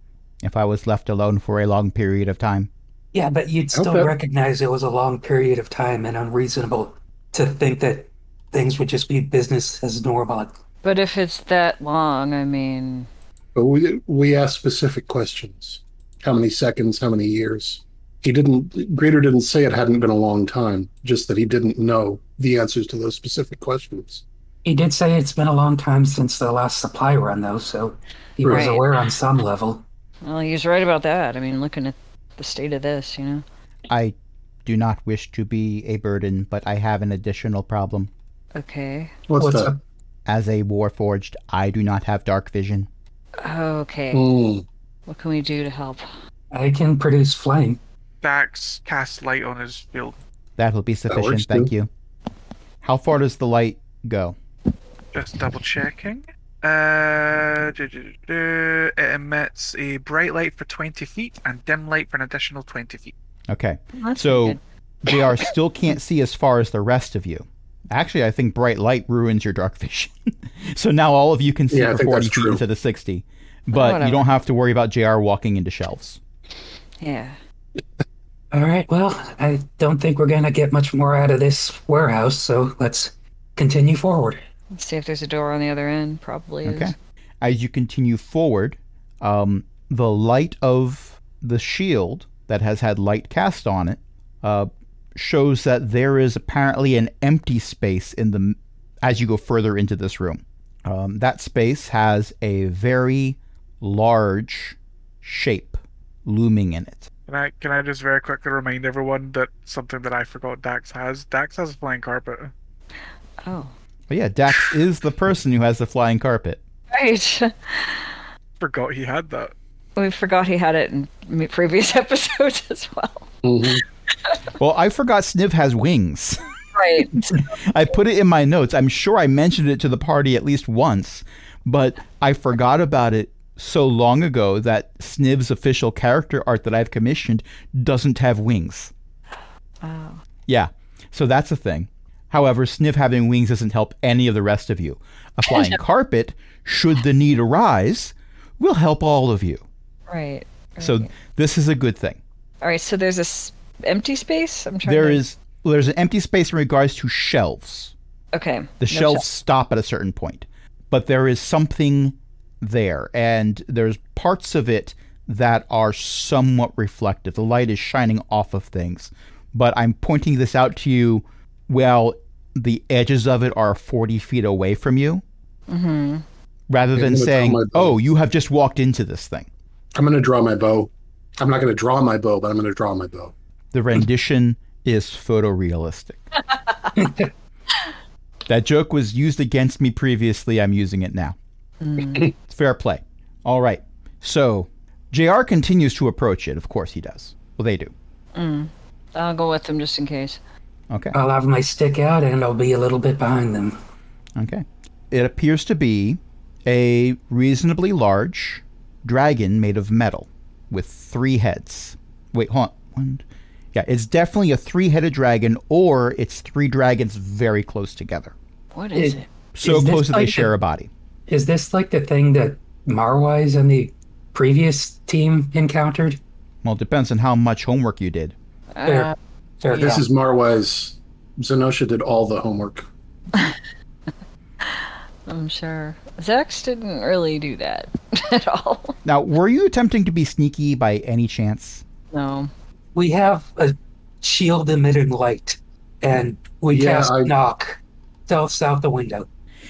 [SPEAKER 1] if I was left alone for a long period of time.
[SPEAKER 4] Yeah, but you'd still
[SPEAKER 5] Okay.
[SPEAKER 4] recognize it was a long period of time and unreasonable to think that things would just be business as normal.
[SPEAKER 2] But if it's that long, I mean,
[SPEAKER 5] But we we asked specific questions. How many seconds, how many years? He didn't Greeter didn't say it hadn't been a long time, just that he didn't know the answers to those specific questions.
[SPEAKER 4] He did say it's been a long time since the last supply run, though, so he was
[SPEAKER 2] Right.
[SPEAKER 4] aware on some level.
[SPEAKER 2] well, he's right about that. I mean, looking at the state of this, you know.
[SPEAKER 1] I do not wish to be a burden, but I have an additional problem.
[SPEAKER 2] Okay.
[SPEAKER 5] What's,
[SPEAKER 4] What's
[SPEAKER 5] that?
[SPEAKER 4] up?
[SPEAKER 1] As a warforged, I do not have dark vision.
[SPEAKER 2] Okay.
[SPEAKER 5] Mm.
[SPEAKER 2] What can we do to help?
[SPEAKER 4] I can produce flame.
[SPEAKER 3] Dax casts light on his shield
[SPEAKER 1] That'll be
[SPEAKER 5] works,
[SPEAKER 1] sufficient, thank
[SPEAKER 5] too.
[SPEAKER 1] you. How far does the light go?
[SPEAKER 3] Just double checking. Uh, du- du- du- du. it emits a bright light for 20 feet and dim light for an additional 20 feet.
[SPEAKER 1] Okay.
[SPEAKER 2] That's
[SPEAKER 1] So
[SPEAKER 2] good.
[SPEAKER 1] JR still can't see as far as the rest of you. Actually, I think bright light ruins your dark vision. so now all of you can see
[SPEAKER 5] Yeah, I
[SPEAKER 1] for
[SPEAKER 5] think
[SPEAKER 1] 40
[SPEAKER 5] that's
[SPEAKER 1] feet
[SPEAKER 5] true.
[SPEAKER 1] instead of 60. But you
[SPEAKER 2] Whatever.
[SPEAKER 1] don't have to worry about JR walking into shelves.
[SPEAKER 2] yeah.
[SPEAKER 4] All right, well, I don't think we're going to get much more out of this warehouse, so let's continue forward.
[SPEAKER 2] Let's see if there's a door on the other end. Probably is.
[SPEAKER 1] Okay. As you continue forward, um, the light of the shield that has had light cast on it uh, shows that there is apparently an empty space in the as you go further into this room. Um, that space has a very large shape looming in it.
[SPEAKER 3] Can I, can I just very quickly remind everyone that something that I forgot Dax has? Dax has a flying carpet.
[SPEAKER 2] Oh.
[SPEAKER 1] But yeah, Dax is the person who has the flying carpet.
[SPEAKER 2] Right.
[SPEAKER 3] Forgot he had that.
[SPEAKER 2] we forgot he had it in m- previous episodes as well.
[SPEAKER 5] Mhm.
[SPEAKER 1] Well, I forgot Sniv has wings.
[SPEAKER 2] Right.
[SPEAKER 1] I put it in my notes. I'm sure I mentioned it to the party at least once, but I forgot about it so long ago that Sniv's official character art that I've commissioned doesn't have wings.
[SPEAKER 2] Wow.
[SPEAKER 1] Yeah, so that's a thing. However, Sniv having wings doesn't help any of the rest of you. A flying carpet, should the need arise, will help all of you.
[SPEAKER 2] Right.
[SPEAKER 1] So
[SPEAKER 2] right.
[SPEAKER 1] this is a good thing.
[SPEAKER 2] all right. So there's a s- empty space. I'm trying.
[SPEAKER 1] There
[SPEAKER 2] to...
[SPEAKER 1] is well, there's an empty space in regards to shelves.
[SPEAKER 2] Okay. The
[SPEAKER 1] The shelves stop at a certain point, but there is something there, and there's parts of it that are somewhat reflective. The light is shining off of things, but I'm pointing this out to you. Well, the edges of it are 40 feet away from you,
[SPEAKER 2] Mm-hmm.
[SPEAKER 1] rather
[SPEAKER 5] Yeah,
[SPEAKER 1] than
[SPEAKER 5] I'm gonna draw
[SPEAKER 1] saying,
[SPEAKER 5] my bow.
[SPEAKER 1] "Oh, you have just walked into this thing."
[SPEAKER 5] I'm gonna draw my bow. I'm not going to draw my bow, but I'm going to draw my bow.
[SPEAKER 1] The rendition is photorealistic. that joke was used against me previously. I'm using it now. It's fair play. All right. So JR continues to approach it. Of course he does. Well, they do.
[SPEAKER 2] I'll go with them just in case.
[SPEAKER 1] Okay.
[SPEAKER 4] I'll have my stick out and I'll be a little bit behind them.
[SPEAKER 1] Okay. It appears to be a reasonably large dragon made of metal with three heads. Wait, hold on. One, two- yeah, it's definitely a three headed dragon, or it's three dragons very close together.
[SPEAKER 2] What is
[SPEAKER 4] It-
[SPEAKER 2] it?
[SPEAKER 1] So
[SPEAKER 4] Is this
[SPEAKER 1] close that they
[SPEAKER 4] like the-
[SPEAKER 1] share a body.
[SPEAKER 4] Is this like the thing that Marwise and the previous team encountered?
[SPEAKER 1] Well, it depends on how much homework you did.
[SPEAKER 4] Fair.
[SPEAKER 2] Uh,
[SPEAKER 4] Fair
[SPEAKER 5] This
[SPEAKER 4] enough.
[SPEAKER 5] is Marwise. Zenosha did all the homework.
[SPEAKER 2] I'm sure. Zax didn't really do that at all.
[SPEAKER 1] Now, were you attempting to be sneaky by any chance?
[SPEAKER 2] No.
[SPEAKER 4] we have a shield emitting light and we
[SPEAKER 5] Yeah,
[SPEAKER 4] cast
[SPEAKER 5] I-
[SPEAKER 4] knock stealths out the window.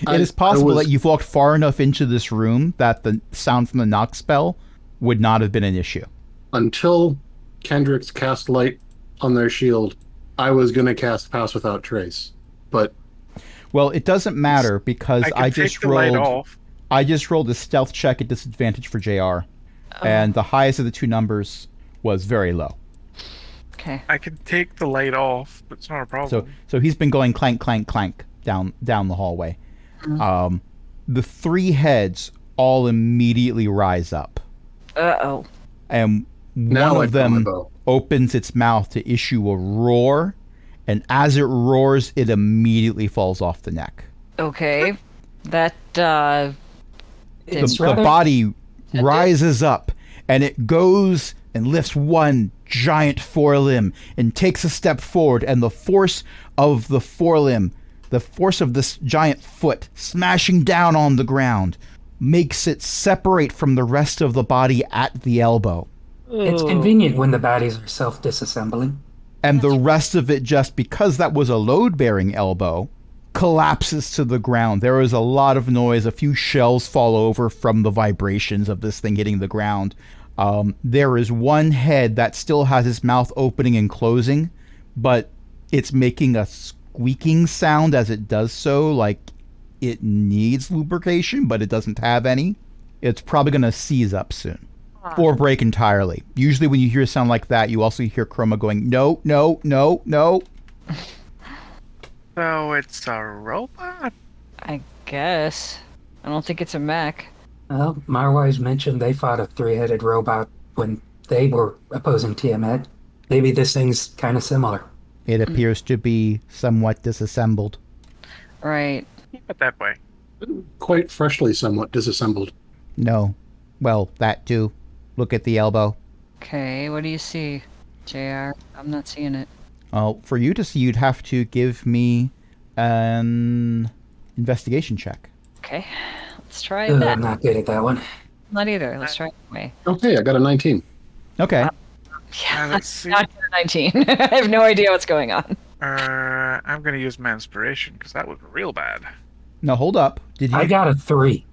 [SPEAKER 5] I-
[SPEAKER 1] it is possible
[SPEAKER 5] I was-
[SPEAKER 1] that you've walked far enough into this room that the sound from the knock spell would not have been an issue.
[SPEAKER 5] until Kendricks cast light on their shield, I was going to cast Pass Without Trace. But
[SPEAKER 1] Well, it doesn't matter because
[SPEAKER 3] I
[SPEAKER 1] I,
[SPEAKER 3] can take
[SPEAKER 1] just
[SPEAKER 3] the light
[SPEAKER 1] rolled.
[SPEAKER 3] off.
[SPEAKER 1] I just rolled a stealth check at disadvantage for JR, and the highest of the two numbers was very low.
[SPEAKER 2] Okay.
[SPEAKER 3] I can take the light off. It's not a problem.
[SPEAKER 1] So so he's been going clank clank clank down down the hallway. Um, the three heads all immediately rise up,
[SPEAKER 2] Uh oh.
[SPEAKER 1] and
[SPEAKER 5] now
[SPEAKER 1] one
[SPEAKER 5] I
[SPEAKER 1] of
[SPEAKER 5] draw my
[SPEAKER 1] them
[SPEAKER 5] bow.
[SPEAKER 1] opens its mouth to issue a roar, and as it roars, it immediately falls off the neck.
[SPEAKER 2] Okay. That uh
[SPEAKER 1] the,
[SPEAKER 4] It's
[SPEAKER 1] the
[SPEAKER 4] rather-
[SPEAKER 1] body rises up and it goes and lifts one giant forelimb and takes a step forward and the force of the forelimb the force of this giant foot smashing down on the ground makes it separate from the rest of the body at the elbow
[SPEAKER 4] It's convenient when the bodies are self disassembling.
[SPEAKER 1] and the rest of it just because that was a load bearing elbow collapses to the ground there is a lot of noise a few shells fall over from the vibrations of this thing hitting the ground um, there is one head that still has its mouth opening and closing but it's making a squeaking sound as it does so like it needs lubrication but it doesn't have any it's probably going to seize up soon or break entirely. Usually, when you hear a sound like that, you also hear Chroma going, "No, no, no, no."
[SPEAKER 3] So it's a robot?
[SPEAKER 2] I guess. I don't think it's a mech.
[SPEAKER 4] Well, Marwise mentioned they fought a three headed robot when they were opposing Tiamat. Maybe this thing's kind of similar.
[SPEAKER 1] It
[SPEAKER 4] Mm.
[SPEAKER 1] appears to be somewhat disassembled.
[SPEAKER 2] Right.
[SPEAKER 3] Keep it that way.
[SPEAKER 5] Quite freshly, somewhat disassembled.
[SPEAKER 1] No, well, that too. Look at the elbow.
[SPEAKER 2] Okay, what do you see, JR? I'm not seeing it.
[SPEAKER 1] Uh, for you to see, you'd have to give me an investigation check.
[SPEAKER 2] Okay. Let's try
[SPEAKER 4] Ugh,
[SPEAKER 2] that.
[SPEAKER 4] I'm not good at that one.
[SPEAKER 2] Not either. Let's try it anyway.
[SPEAKER 5] Okay, I got a 19.
[SPEAKER 1] Okay,
[SPEAKER 3] Uh,
[SPEAKER 2] Yeah.
[SPEAKER 3] let's see. Uh,
[SPEAKER 2] Not 19. I have no idea what's going on.
[SPEAKER 3] Uh, I'm going to use my inspiration because that was real bad.
[SPEAKER 1] now hold up. Did
[SPEAKER 4] I
[SPEAKER 1] you?
[SPEAKER 4] got a three.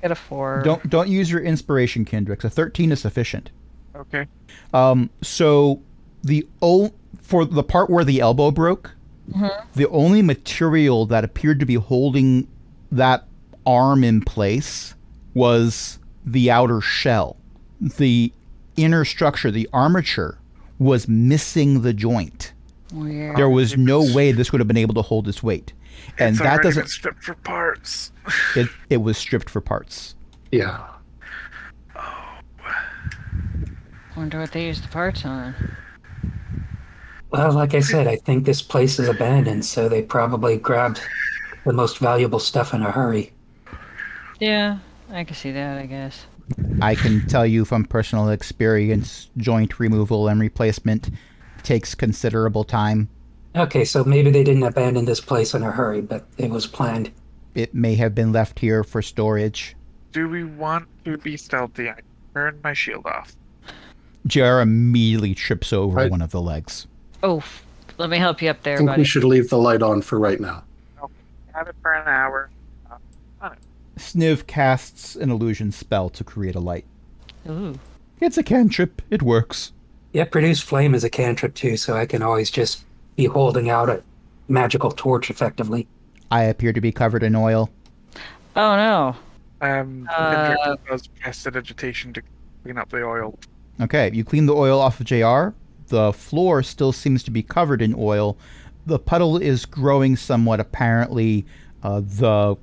[SPEAKER 2] Got a four.
[SPEAKER 1] Don't don't use your inspiration, Kendricks. A thirteen is sufficient.
[SPEAKER 3] Okay.
[SPEAKER 1] Um, so the o- for the part where the elbow broke,
[SPEAKER 3] Mm-hmm.
[SPEAKER 1] the only material that appeared to be holding that arm in place was the outer shell. The inner structure, the armature, was missing the joint.
[SPEAKER 2] Weird.
[SPEAKER 1] There was no way this would have been able to hold its weight, and
[SPEAKER 3] Oh, it's
[SPEAKER 1] that
[SPEAKER 3] already been
[SPEAKER 1] doesn't.
[SPEAKER 3] stripped for parts.
[SPEAKER 1] It, it was stripped for parts.
[SPEAKER 5] Yeah.
[SPEAKER 2] Wonder what they used the parts on.
[SPEAKER 4] Well, like I said, I think this place is abandoned, so they probably grabbed the most valuable stuff in a hurry.
[SPEAKER 2] Yeah, I can see that, I guess.
[SPEAKER 1] I can tell you from personal experience, joint removal and replacement takes considerable time.
[SPEAKER 4] Okay, so maybe they didn't abandon this place in a hurry, but it was planned.
[SPEAKER 1] It may have been left here for storage.
[SPEAKER 3] Do we want to be stealthy? I turned my shield off.
[SPEAKER 1] JR immediately trips over
[SPEAKER 5] Right.
[SPEAKER 1] one of the legs.
[SPEAKER 2] Oh, f- let me help you up
[SPEAKER 5] I
[SPEAKER 2] there,
[SPEAKER 5] think
[SPEAKER 2] buddy.
[SPEAKER 5] we should leave the light on for right now.
[SPEAKER 3] Have it for an hour.
[SPEAKER 1] Sniv casts an illusion spell to create a light.
[SPEAKER 2] Ooh.
[SPEAKER 1] It's a cantrip. It works.
[SPEAKER 4] Yeah, produce flame is a cantrip too, so I can always just be holding out a magical torch effectively.
[SPEAKER 1] I appear to be covered in oil.
[SPEAKER 2] Oh no.
[SPEAKER 3] Um,
[SPEAKER 2] Uh,
[SPEAKER 3] Hendrick does prestidigitation to clean up the oil.
[SPEAKER 1] Okay, you clean the oil off of JR. The floor still seems to be covered in oil. The puddle is growing somewhat. Apparently, uh, the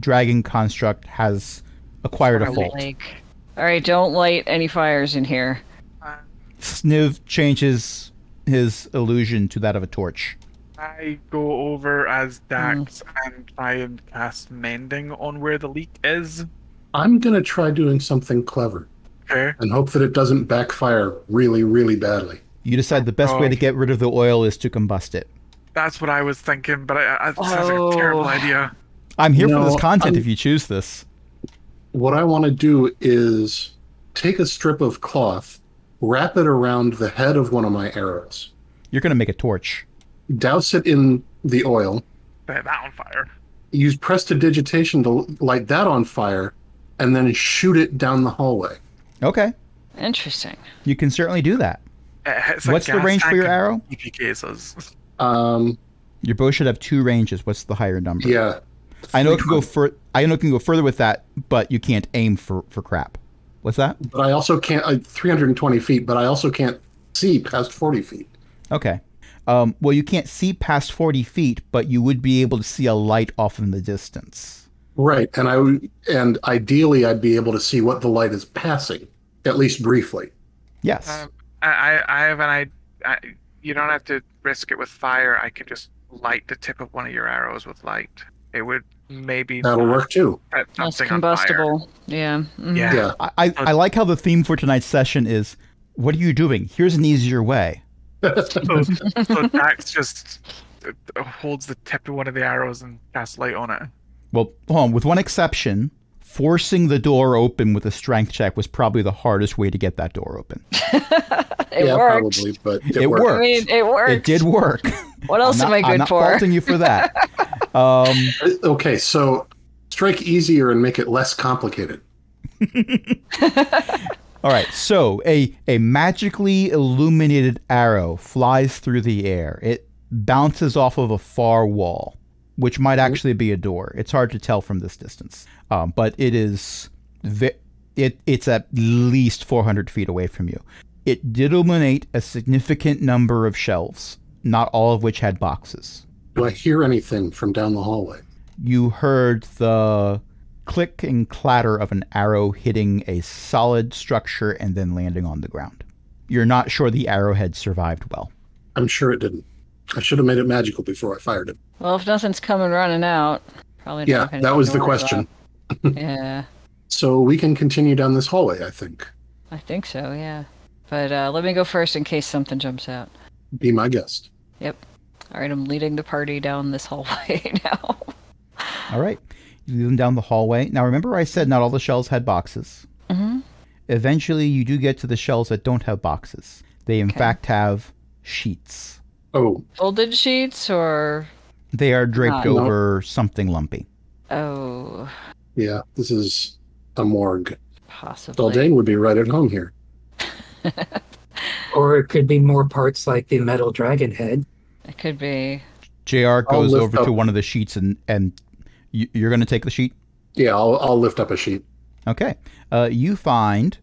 [SPEAKER 1] dragon construct has acquired a fault.
[SPEAKER 2] Like, all right, don't light any fires in here.
[SPEAKER 3] Uh,
[SPEAKER 1] Sniv changes his illusion to that of a torch.
[SPEAKER 3] I go over as Dax
[SPEAKER 1] Mm.
[SPEAKER 3] and try and cast mending on where the leak is.
[SPEAKER 5] I'm gonna try doing something clever
[SPEAKER 3] Okay.
[SPEAKER 5] and hope that it doesn't backfire really, really badly.
[SPEAKER 1] You decide the best way to get rid of the oil is to combust it.
[SPEAKER 3] That's what I was thinking, but I, I, this sounds like a terrible
[SPEAKER 2] Oh.
[SPEAKER 3] idea.
[SPEAKER 1] I'm here for this
[SPEAKER 5] No,
[SPEAKER 1] content
[SPEAKER 5] I'm-
[SPEAKER 1] if you choose this.
[SPEAKER 5] What I want to do is take a strip of cloth, wrap it around the head of one of my arrows,
[SPEAKER 1] You're going to make a torch.
[SPEAKER 5] douse it in the oil,
[SPEAKER 3] Set that on fire.
[SPEAKER 5] use prestidigitation to light that on fire, and then shoot it down the hallway.
[SPEAKER 1] Okay,
[SPEAKER 2] Interesting.
[SPEAKER 1] you can certainly do that.
[SPEAKER 3] It hits a
[SPEAKER 1] What's the
[SPEAKER 3] gas
[SPEAKER 1] range for
[SPEAKER 3] tank
[SPEAKER 1] your
[SPEAKER 3] and E
[SPEAKER 1] arrow?
[SPEAKER 3] EPKs us.
[SPEAKER 5] Um,
[SPEAKER 1] Your bow should have two ranges. What's the higher number?
[SPEAKER 5] yeah,
[SPEAKER 1] I know it can go fur- I know it can go further with that, but you can't aim for for crap. What's that?
[SPEAKER 5] but I also can't. uh, I, 320 feet, but I also can't see past 40 feet.
[SPEAKER 1] Okay. Um, well, you can't see past forty feet, but you would be able to see a light off in the distance.
[SPEAKER 5] Right, and I would- and ideally I'd be able to see what the light is passing, at least briefly.
[SPEAKER 1] Yes.
[SPEAKER 3] Um, I, I, I have an idea. I, you don't have to risk it with fire. I can just light the tip of one of your arrows with light. It would maybe
[SPEAKER 5] That'll work too.
[SPEAKER 3] set
[SPEAKER 2] That's
[SPEAKER 3] something on fire.
[SPEAKER 2] combustible. Yeah. mhm.
[SPEAKER 3] Yeah.
[SPEAKER 5] Yeah,
[SPEAKER 1] I, I
[SPEAKER 5] uh,
[SPEAKER 1] I like how the theme for tonight's session is. What are you doing? Here's an easier way.
[SPEAKER 3] So, so Dax just uh, holds the tip of one of the arrows and casts light on it.
[SPEAKER 1] Well, hold on. With one exception, forcing the door open with a strength check was probably the hardest way to get that door open.
[SPEAKER 2] It
[SPEAKER 5] yeah,
[SPEAKER 2] worked.
[SPEAKER 5] probably, but it,
[SPEAKER 1] It
[SPEAKER 5] worked.
[SPEAKER 2] I mean, it worked.
[SPEAKER 1] It did work.
[SPEAKER 2] What else
[SPEAKER 1] I'm not,
[SPEAKER 2] am I
[SPEAKER 1] I'm
[SPEAKER 2] good
[SPEAKER 1] not
[SPEAKER 2] for?
[SPEAKER 1] faulting you for that. um,
[SPEAKER 5] Uh, Okay, so strike easier and make it less complicated.
[SPEAKER 1] All right, so a a magically illuminated arrow flies through the air. It bounces off of a far wall, which might actually be a door. It's hard to tell from this distance, um, but it is ve- it it's at least 400 feet away from you. It did illuminate a significant number of shelves, not all of which had boxes.
[SPEAKER 5] Do I hear anything from down the hallway?
[SPEAKER 1] You heard the click and clatter of an arrow hitting a solid structure and then landing on the ground. You're not sure the arrowhead survived well.
[SPEAKER 5] I'm sure it didn't. I should have made it magical before I fired it.
[SPEAKER 2] Well, if nothing's coming running out, probably.
[SPEAKER 5] Yeah,
[SPEAKER 2] not gonna
[SPEAKER 5] that was the
[SPEAKER 2] ignore
[SPEAKER 5] question.
[SPEAKER 2] that. yeah,
[SPEAKER 5] So we can continue down this hallway, I think.
[SPEAKER 2] I think so. Yeah, but uh, let me go first in case something jumps out.
[SPEAKER 5] Be my guest.
[SPEAKER 2] All right, I'm leading the party down this hallway now.
[SPEAKER 1] All right. You lead them down the hallway. Now, remember, I said not all the shells had boxes.
[SPEAKER 2] Mhm.
[SPEAKER 1] Eventually, you do get to the shells that don't have boxes. They, in
[SPEAKER 2] Okay.
[SPEAKER 1] fact, have sheets.
[SPEAKER 5] Oh,
[SPEAKER 2] Folded sheets or
[SPEAKER 1] They are draped
[SPEAKER 2] Ah.
[SPEAKER 5] Nope.
[SPEAKER 1] over something lumpy.
[SPEAKER 2] oh,
[SPEAKER 5] yeah, this is a morgue.
[SPEAKER 2] possibly.
[SPEAKER 5] Daldane would be right at home here.
[SPEAKER 4] Or it could be more parts like the metal dragon head.
[SPEAKER 2] It could be.
[SPEAKER 1] JR goes
[SPEAKER 5] lift
[SPEAKER 1] over to
[SPEAKER 5] up-
[SPEAKER 1] one of the sheets and, and you, you're going to take the sheet?
[SPEAKER 5] Yeah, I'll, I'll lift up a sheet.
[SPEAKER 1] Okay. Uh, you find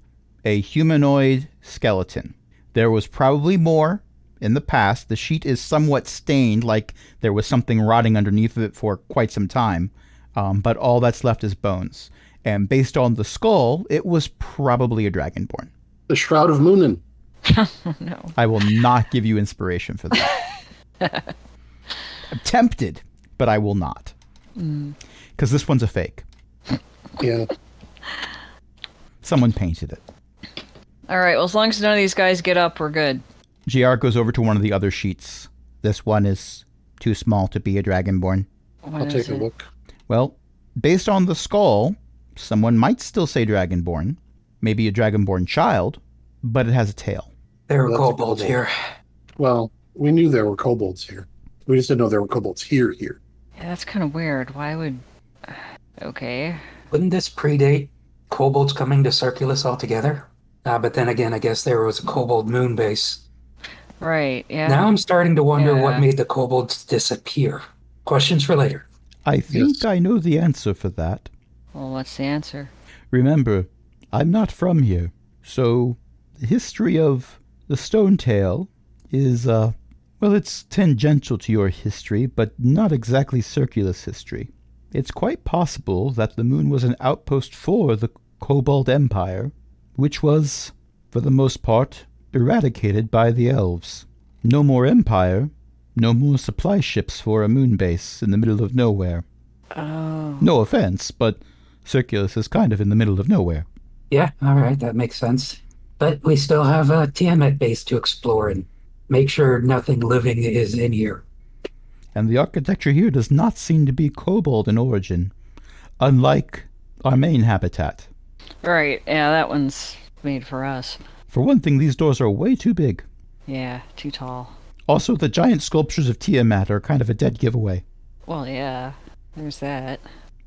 [SPEAKER 1] a humanoid skeleton. There was probably more in the past. The sheet is somewhat stained, like there was something rotting underneath of it for quite some time, um, but all that's left is bones. And based on the skull, it was probably a dragonborn.
[SPEAKER 5] The Shroud of Moonin.
[SPEAKER 2] Oh, no.
[SPEAKER 1] I will not give you inspiration for that. I'm tempted, but I will not. Because this one's a fake.
[SPEAKER 5] Yeah.
[SPEAKER 1] Someone painted it.
[SPEAKER 2] All right. Well, as long as none of these guys get up, we're good.
[SPEAKER 1] JR goes over to one of the other sheets. This one is too small to be a dragonborn.
[SPEAKER 2] What
[SPEAKER 5] I'll
[SPEAKER 2] is
[SPEAKER 5] take a
[SPEAKER 2] it?
[SPEAKER 5] look.
[SPEAKER 1] Well, based on the skull, someone might still say dragonborn, maybe a dragonborn child, but it has a tail.
[SPEAKER 4] There are
[SPEAKER 5] That's
[SPEAKER 4] kobolds
[SPEAKER 5] doable.
[SPEAKER 4] here.
[SPEAKER 5] Well, we knew there were kobolds here. We just didn't know there were kobolds here. Here,
[SPEAKER 2] Yeah, that's kind of weird. Why would? Okay.
[SPEAKER 4] Wouldn't this predate kobolds coming to Circulus altogether? Uh, but then again, I guess there was a Kobold moon base.
[SPEAKER 2] Right. Yeah.
[SPEAKER 4] Now I'm starting to wonder
[SPEAKER 2] Yeah.
[SPEAKER 4] what made the kobolds disappear. Questions for later.
[SPEAKER 1] I think
[SPEAKER 5] Yes.
[SPEAKER 1] I know the answer for that.
[SPEAKER 2] Well, what's the answer?
[SPEAKER 1] Remember, I'm not from here, so the history of the Stone Tale is, uh, well, it's tangential to your history, but not exactly circulus history. It's quite possible that the moon was an outpost for the Cobalt Empire, which was, for the most part, eradicated by the elves. No more empire, no more supply ships for a moon base in the middle of nowhere.
[SPEAKER 2] Oh.
[SPEAKER 1] No offense, but Circulus is kind of in the middle of nowhere.
[SPEAKER 4] Yeah, all right, that makes sense. But we still have a Tiamat base to explore and make sure nothing living is in here.
[SPEAKER 1] and the architecture here does not seem to be kobold in origin, unlike our main habitat.
[SPEAKER 2] Right. Yeah, that one's made for us.
[SPEAKER 1] For one thing, these doors are way too big.
[SPEAKER 2] Yeah. Too tall.
[SPEAKER 1] Also, the giant sculptures of Tiamat are kind of a dead giveaway.
[SPEAKER 2] Well, yeah. There's that.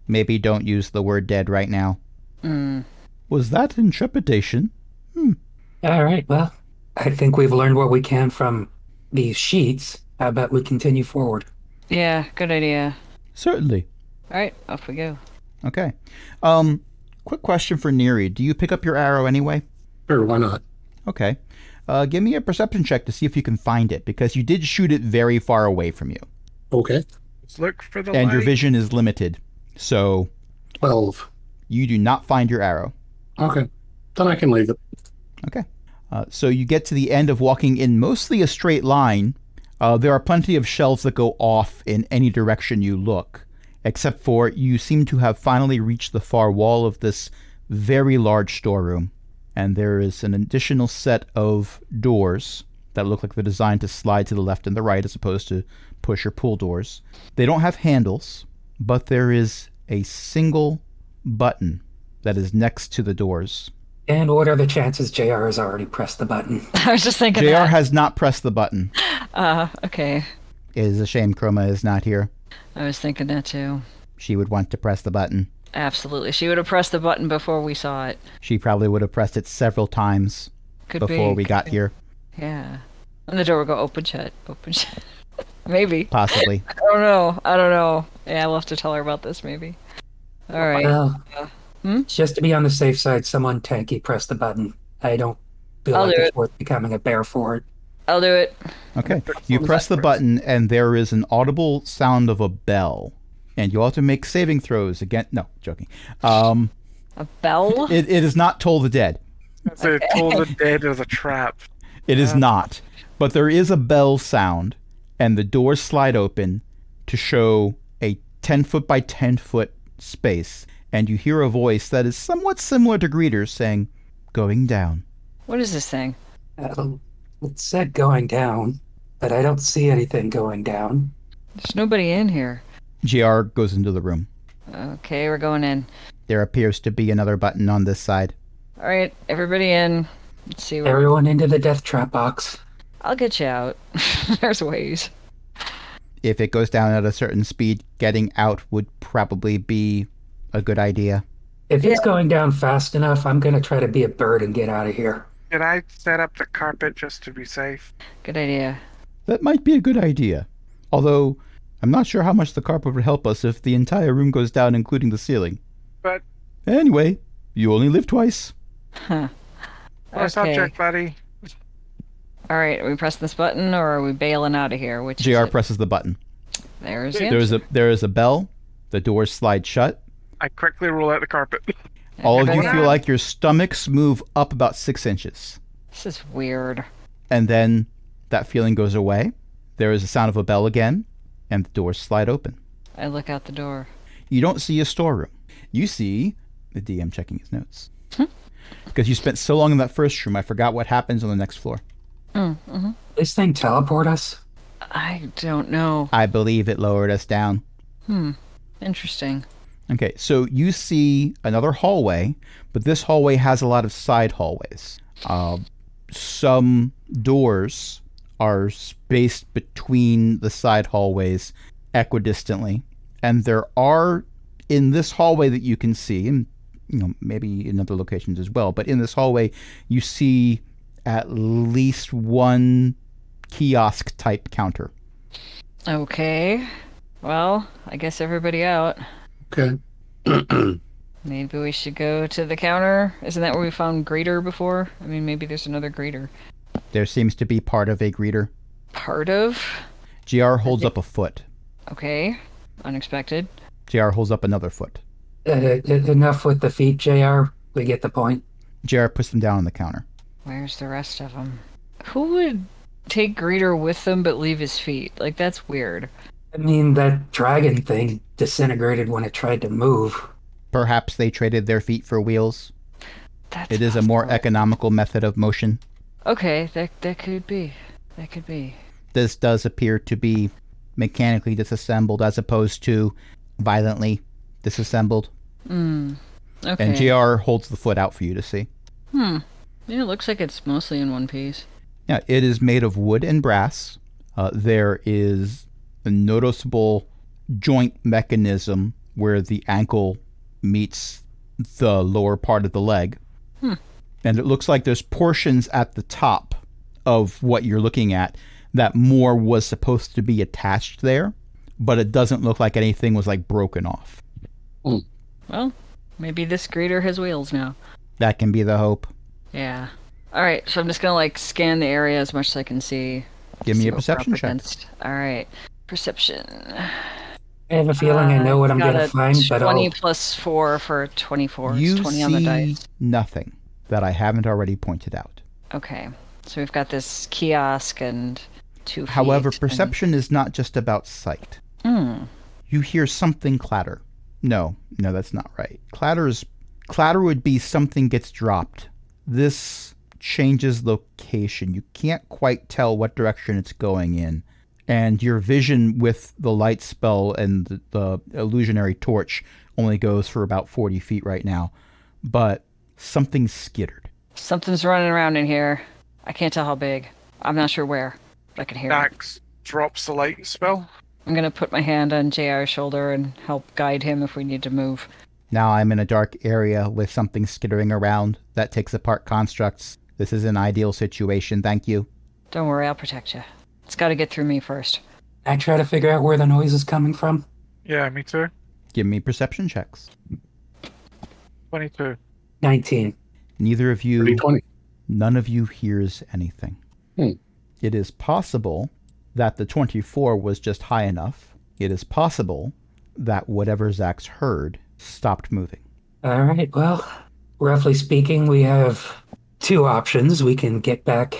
[SPEAKER 1] Maybe don't use the word dead right now.
[SPEAKER 2] Mm.
[SPEAKER 1] Was that intrepidation?
[SPEAKER 4] All right, well, I think we've learned what we can from these sheets. How about we continue forward?
[SPEAKER 2] Yeah. Good idea.
[SPEAKER 1] Certainly.
[SPEAKER 2] All right. Off we go.
[SPEAKER 1] Okay. Um, quick question for Neri. Do you pick up your arrow anyway?
[SPEAKER 5] Sure, why not?
[SPEAKER 1] Okay. Uh, give me a perception check to see if you can find it, because you did shoot it very far away from you,
[SPEAKER 5] Okay.
[SPEAKER 3] Let's look for the
[SPEAKER 1] and your
[SPEAKER 3] light.
[SPEAKER 1] vision is limited. So
[SPEAKER 5] 12.
[SPEAKER 1] you do not find your arrow.
[SPEAKER 5] Okay. Then I can leave it.
[SPEAKER 1] Uh, so you get to the end of walking in mostly a straight line. Uh, there are plenty of shelves that go off in any direction you look, except for you seem to have finally reached the far wall of this very large storeroom. And there is an additional set of doors that look like they're designed to slide to the left and the right as opposed to push or pull doors. They don't have handles, but there is a single button that is next to the doors.
[SPEAKER 4] And what are the chances JR has already pressed the button?
[SPEAKER 2] I was just thinking.
[SPEAKER 1] JR
[SPEAKER 2] That.
[SPEAKER 1] has not pressed the button.
[SPEAKER 2] Uh, okay.
[SPEAKER 1] It is a shame Chroma is not here.
[SPEAKER 2] I was thinking that too.
[SPEAKER 1] She would want to press the button.
[SPEAKER 2] Absolutely. She would have pressed the button before we saw it.
[SPEAKER 1] She probably would have pressed it several times
[SPEAKER 2] Could
[SPEAKER 1] before
[SPEAKER 2] be.
[SPEAKER 1] we got here,
[SPEAKER 2] Yeah. And the door would go open shut. Open shut. maybe.
[SPEAKER 1] possibly.
[SPEAKER 2] I don't know. I don't know. Yeah, I'll have to tell her about this maybe. All right.
[SPEAKER 4] Well,
[SPEAKER 2] Hmm?
[SPEAKER 4] Uh, just to be on the safe side, someone tanky pressed the button. I don't feel
[SPEAKER 2] I'll
[SPEAKER 4] like
[SPEAKER 2] do
[SPEAKER 4] it's
[SPEAKER 2] Oh, it.
[SPEAKER 4] worth becoming a bear for it.
[SPEAKER 2] I'll do it.
[SPEAKER 1] Okay. You press the button, and there is an audible sound of a bell. And you all have to make saving throws again. No, joking. Um,
[SPEAKER 2] A bell?
[SPEAKER 1] it, it is not Toll the Dead.
[SPEAKER 3] That's a told the dead there's a trap.
[SPEAKER 1] It is not. But there is a bell sound, and the doors slide open to show a 10 foot by 10 foot space. And you hear a voice that is somewhat similar to Greeter's saying, Going down.
[SPEAKER 2] What is this thing?
[SPEAKER 4] Uh, It said going down, but I don't see anything going down.
[SPEAKER 2] There's nobody in here.
[SPEAKER 1] JR goes into the room.
[SPEAKER 2] Okay, we're going in.
[SPEAKER 1] There appears to be another button on this side.
[SPEAKER 2] All right, everybody in. Let's see where
[SPEAKER 4] Everyone into the death trap box.
[SPEAKER 2] I'll get you out. There's ways.
[SPEAKER 1] If it goes down at a certain speed, getting out would probably be a good idea.
[SPEAKER 4] If it's going down fast enough, I'm gonna try to be a bird and get out of here.
[SPEAKER 3] Did I set up the carpet just to be safe?
[SPEAKER 2] Good idea.
[SPEAKER 1] That might be a good idea. Although, I'm not sure how much the carpet would help us if the entire room goes down, including the ceiling.
[SPEAKER 3] But
[SPEAKER 1] Anyway, you only live twice.
[SPEAKER 3] our subject, buddy.
[SPEAKER 2] All right, are we pressing this button or are we bailing out of here? Which is
[SPEAKER 1] JR
[SPEAKER 2] it?
[SPEAKER 1] presses the button.
[SPEAKER 2] There's
[SPEAKER 1] There
[SPEAKER 2] it.
[SPEAKER 1] is a there is a bell. The doors slide shut.
[SPEAKER 3] I quickly roll out the carpet.
[SPEAKER 1] All of you
[SPEAKER 2] Everybody-
[SPEAKER 1] feel like your stomachs move up about six inches.
[SPEAKER 2] This is weird.
[SPEAKER 1] And then that feeling goes away. There is a sound of a bell again, and the doors slide open.
[SPEAKER 2] I look out the door.
[SPEAKER 1] You don't see a storeroom. You see the DM checking his notes. Because you spent so long in that first room, I forgot what happens on the next floor.
[SPEAKER 4] This thing teleport us?
[SPEAKER 2] I don't know.
[SPEAKER 1] I believe it lowered us down.
[SPEAKER 2] Interesting.
[SPEAKER 1] Okay, so you see another hallway, but this hallway has a lot of side hallways. Um, some doors are spaced between the side hallways equidistantly, and there are in this hallway that you can see, and you know, maybe in other locations as well. But in this hallway, you see at least one kiosk type counter.
[SPEAKER 2] Okay. Well, I guess everybody out.
[SPEAKER 5] Okay.
[SPEAKER 2] Maybe we should go to the counter. Isn't that where we found greeter before? I mean, maybe there's another greeter.
[SPEAKER 1] There seems to be part of a greeter.
[SPEAKER 2] Part of.
[SPEAKER 1] GR holds up a foot.
[SPEAKER 2] Okay. Unexpected.
[SPEAKER 1] JR holds up another foot.
[SPEAKER 4] Uh, e- enough with the feet, Jr. We get the point.
[SPEAKER 1] JR puts them down on the counter.
[SPEAKER 2] Where's the rest of them? Who would take greeter with them but leave his feet? Like that's weird.
[SPEAKER 4] I mean, that dragon thing disintegrated when it tried to move.
[SPEAKER 1] Perhaps they traded their feet for wheels.
[SPEAKER 2] That's
[SPEAKER 1] It is a more
[SPEAKER 2] possible.
[SPEAKER 1] economical method of motion.
[SPEAKER 2] Okay, that that could be. That could be.
[SPEAKER 1] This does appear to be mechanically disassembled as opposed to violently disassembled.
[SPEAKER 2] Mm. Okay.
[SPEAKER 1] And JR holds the foot out for you to see.
[SPEAKER 2] Hmm. Yeah, it looks like it's mostly in one piece.
[SPEAKER 1] Yeah, it is made of wood and brass. Uh, there is a noticeable joint mechanism where the ankle meets the lower part of the leg.
[SPEAKER 2] Hmm.
[SPEAKER 1] And it looks like there's portions at the top of what you're looking at that more was supposed to be attached there, but it doesn't look like anything was like broken off.
[SPEAKER 2] Well, maybe this greeter has wheels now.
[SPEAKER 1] That can be the hope.
[SPEAKER 2] Yeah. All right, so I'm just gonna like scan the area as much as I can see.
[SPEAKER 1] Give me
[SPEAKER 2] see
[SPEAKER 1] a
[SPEAKER 2] what we're up
[SPEAKER 1] perception check.
[SPEAKER 2] against. All right, perception.
[SPEAKER 4] I have a feeling I know what I'm
[SPEAKER 2] Uh, Got
[SPEAKER 4] gonna
[SPEAKER 2] a
[SPEAKER 4] find, but
[SPEAKER 2] Twenty
[SPEAKER 4] I'll,
[SPEAKER 2] plus four for twenty-four.
[SPEAKER 1] You
[SPEAKER 2] it's Twenty on the
[SPEAKER 1] see
[SPEAKER 2] dice.
[SPEAKER 1] nothing that I haven't already pointed out.
[SPEAKER 2] Okay, so we've got this kiosk and two.
[SPEAKER 1] However,
[SPEAKER 2] feet and-
[SPEAKER 1] perception is not just about sight.
[SPEAKER 2] Hmm.
[SPEAKER 1] You hear something clatter. No, no, that's not right. Clatter is clatter would be something gets dropped. This changes location. You can't quite tell what direction it's going in. And your vision with the light spell and the, the illusionary torch only goes for about 40 feet right now. But something skittered.
[SPEAKER 2] Something's running around in here. I can't tell how big. I'm not sure where. but I can hear it.
[SPEAKER 3] Dax drops the light spell.
[SPEAKER 2] I'm gonna put my hand on JR's shoulder and help guide him if we need to move.
[SPEAKER 1] Now I'm in a dark area with something skittering around that takes apart constructs. This is an ideal situation, thank you.
[SPEAKER 2] Don't worry, I'll protect you. It's got to get through me first.
[SPEAKER 4] I try to figure out where the noise is coming from.
[SPEAKER 3] Yeah, me too.
[SPEAKER 1] Give me perception checks.
[SPEAKER 3] 22.
[SPEAKER 4] 19.
[SPEAKER 1] Neither of you,
[SPEAKER 5] 30-20.
[SPEAKER 1] none of you hears anything.
[SPEAKER 5] Hmm.
[SPEAKER 1] It is possible that the 24 was just high enough. It is possible that whatever Zax heard stopped moving.
[SPEAKER 4] All right, well, roughly speaking, we have two options. We can get back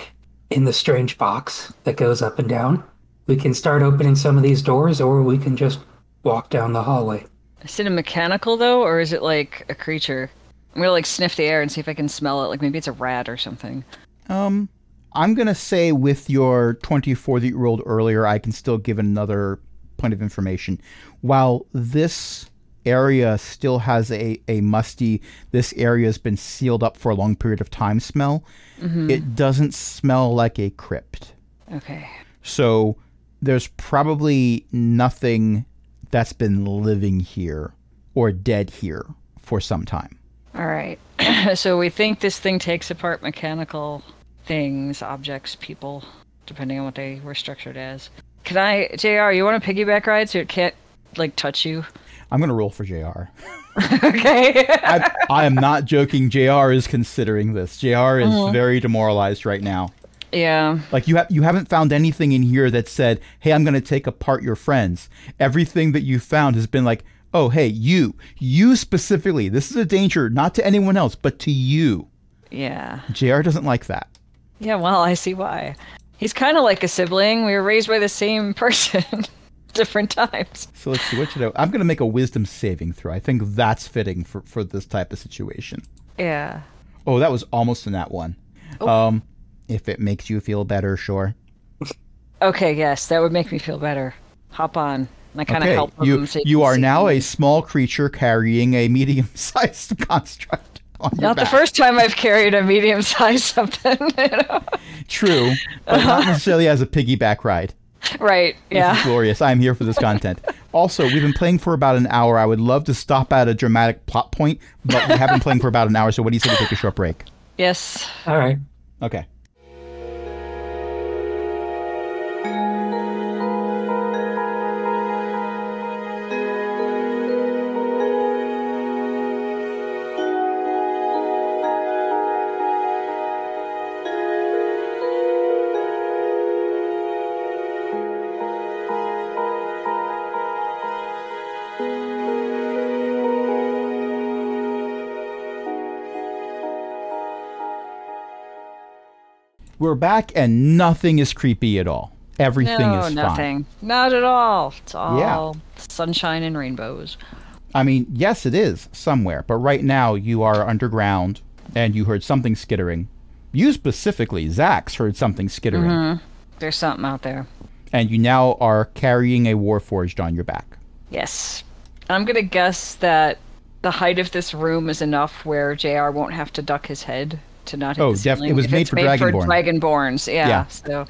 [SPEAKER 4] in the strange box that goes up and down. We can start opening some of these doors, or we can just walk down the hallway.
[SPEAKER 2] Is it a mechanical though, or is it like a creature? I'm gonna like sniff the air and see if I can smell it. Like maybe it's a rat or something.
[SPEAKER 1] Um, I'm gonna say with your 24 that you rolled earlier, I can still give another point of information. While this area still has a, a musty, this area has been sealed up for a long period of time smell,
[SPEAKER 2] Mhm.
[SPEAKER 1] it doesn't smell like a crypt.
[SPEAKER 2] Okay.
[SPEAKER 1] So there's probably nothing that's been living here or dead here for some time.
[SPEAKER 2] All right. so we think this thing takes apart mechanical things, objects, people, depending on what they were structured as. Can I, Jr? You want a piggyback ride so it can't like touch you?
[SPEAKER 1] I'm gonna roll for JR.
[SPEAKER 2] okay.
[SPEAKER 1] I, I am not joking. JR is considering this. JR is very demoralized right now.
[SPEAKER 2] yeah.
[SPEAKER 1] Like you have you haven't found anything in here that said, "Hey, I'm going to take apart your friends." Everything that you found has been like, "Oh, hey, you. You specifically. This is a danger not to anyone else, but to you."
[SPEAKER 2] Yeah.
[SPEAKER 1] JR doesn't like that.
[SPEAKER 2] Yeah, well, I see why. He's kind of like a sibling. We were raised by the same person, different times.
[SPEAKER 1] So let's see what should I I'm going to make a wisdom saving throw. I think that's fitting for for this type of situation.
[SPEAKER 2] Yeah.
[SPEAKER 1] Oh, that was almost in that one. Um if it makes you feel better, sure.
[SPEAKER 2] Okay, yes, that would make me feel better. Hop on. And I kind of
[SPEAKER 1] okay,
[SPEAKER 2] help him.
[SPEAKER 1] you,
[SPEAKER 2] so
[SPEAKER 1] you
[SPEAKER 2] can
[SPEAKER 1] are
[SPEAKER 2] see
[SPEAKER 1] now
[SPEAKER 2] me.
[SPEAKER 1] a small creature carrying a medium-sized construct. On your
[SPEAKER 2] Not the
[SPEAKER 1] back.
[SPEAKER 2] first time I've carried a medium sized something. You know?
[SPEAKER 1] True, but not necessarily as a piggyback ride.
[SPEAKER 2] Right,
[SPEAKER 1] This is
[SPEAKER 2] Uh-huh. yeah.
[SPEAKER 1] glorious. I'm here for this content. Also, we've been playing for about an hour. I would love to stop at a dramatic plot point, but we have been playing for about an hour. So, what do you say we take a short break?
[SPEAKER 2] Yes.
[SPEAKER 4] All right.
[SPEAKER 1] Okay. We're back, and nothing is creepy at all. Everything
[SPEAKER 2] no,
[SPEAKER 1] is fine.
[SPEAKER 2] nothing. Not at all. It's
[SPEAKER 1] Yeah.
[SPEAKER 2] all sunshine and rainbows.
[SPEAKER 1] I mean, yes, it is somewhere, but right now you are underground and you heard something skittering. You specifically, Zax, heard something skittering,
[SPEAKER 2] There's something out there.
[SPEAKER 1] and you now are carrying a Warforged on your back.
[SPEAKER 2] Yes. I'm going to guess that the height of this room is enough where JR won't have to duck his head to not hit
[SPEAKER 1] Oh,
[SPEAKER 2] the
[SPEAKER 1] def-
[SPEAKER 2] ceiling
[SPEAKER 1] it was
[SPEAKER 2] if
[SPEAKER 1] made
[SPEAKER 2] it's
[SPEAKER 1] for
[SPEAKER 2] made for
[SPEAKER 1] Dragonborn.
[SPEAKER 2] Dragonborns. Yeah,
[SPEAKER 1] Yeah.
[SPEAKER 2] So,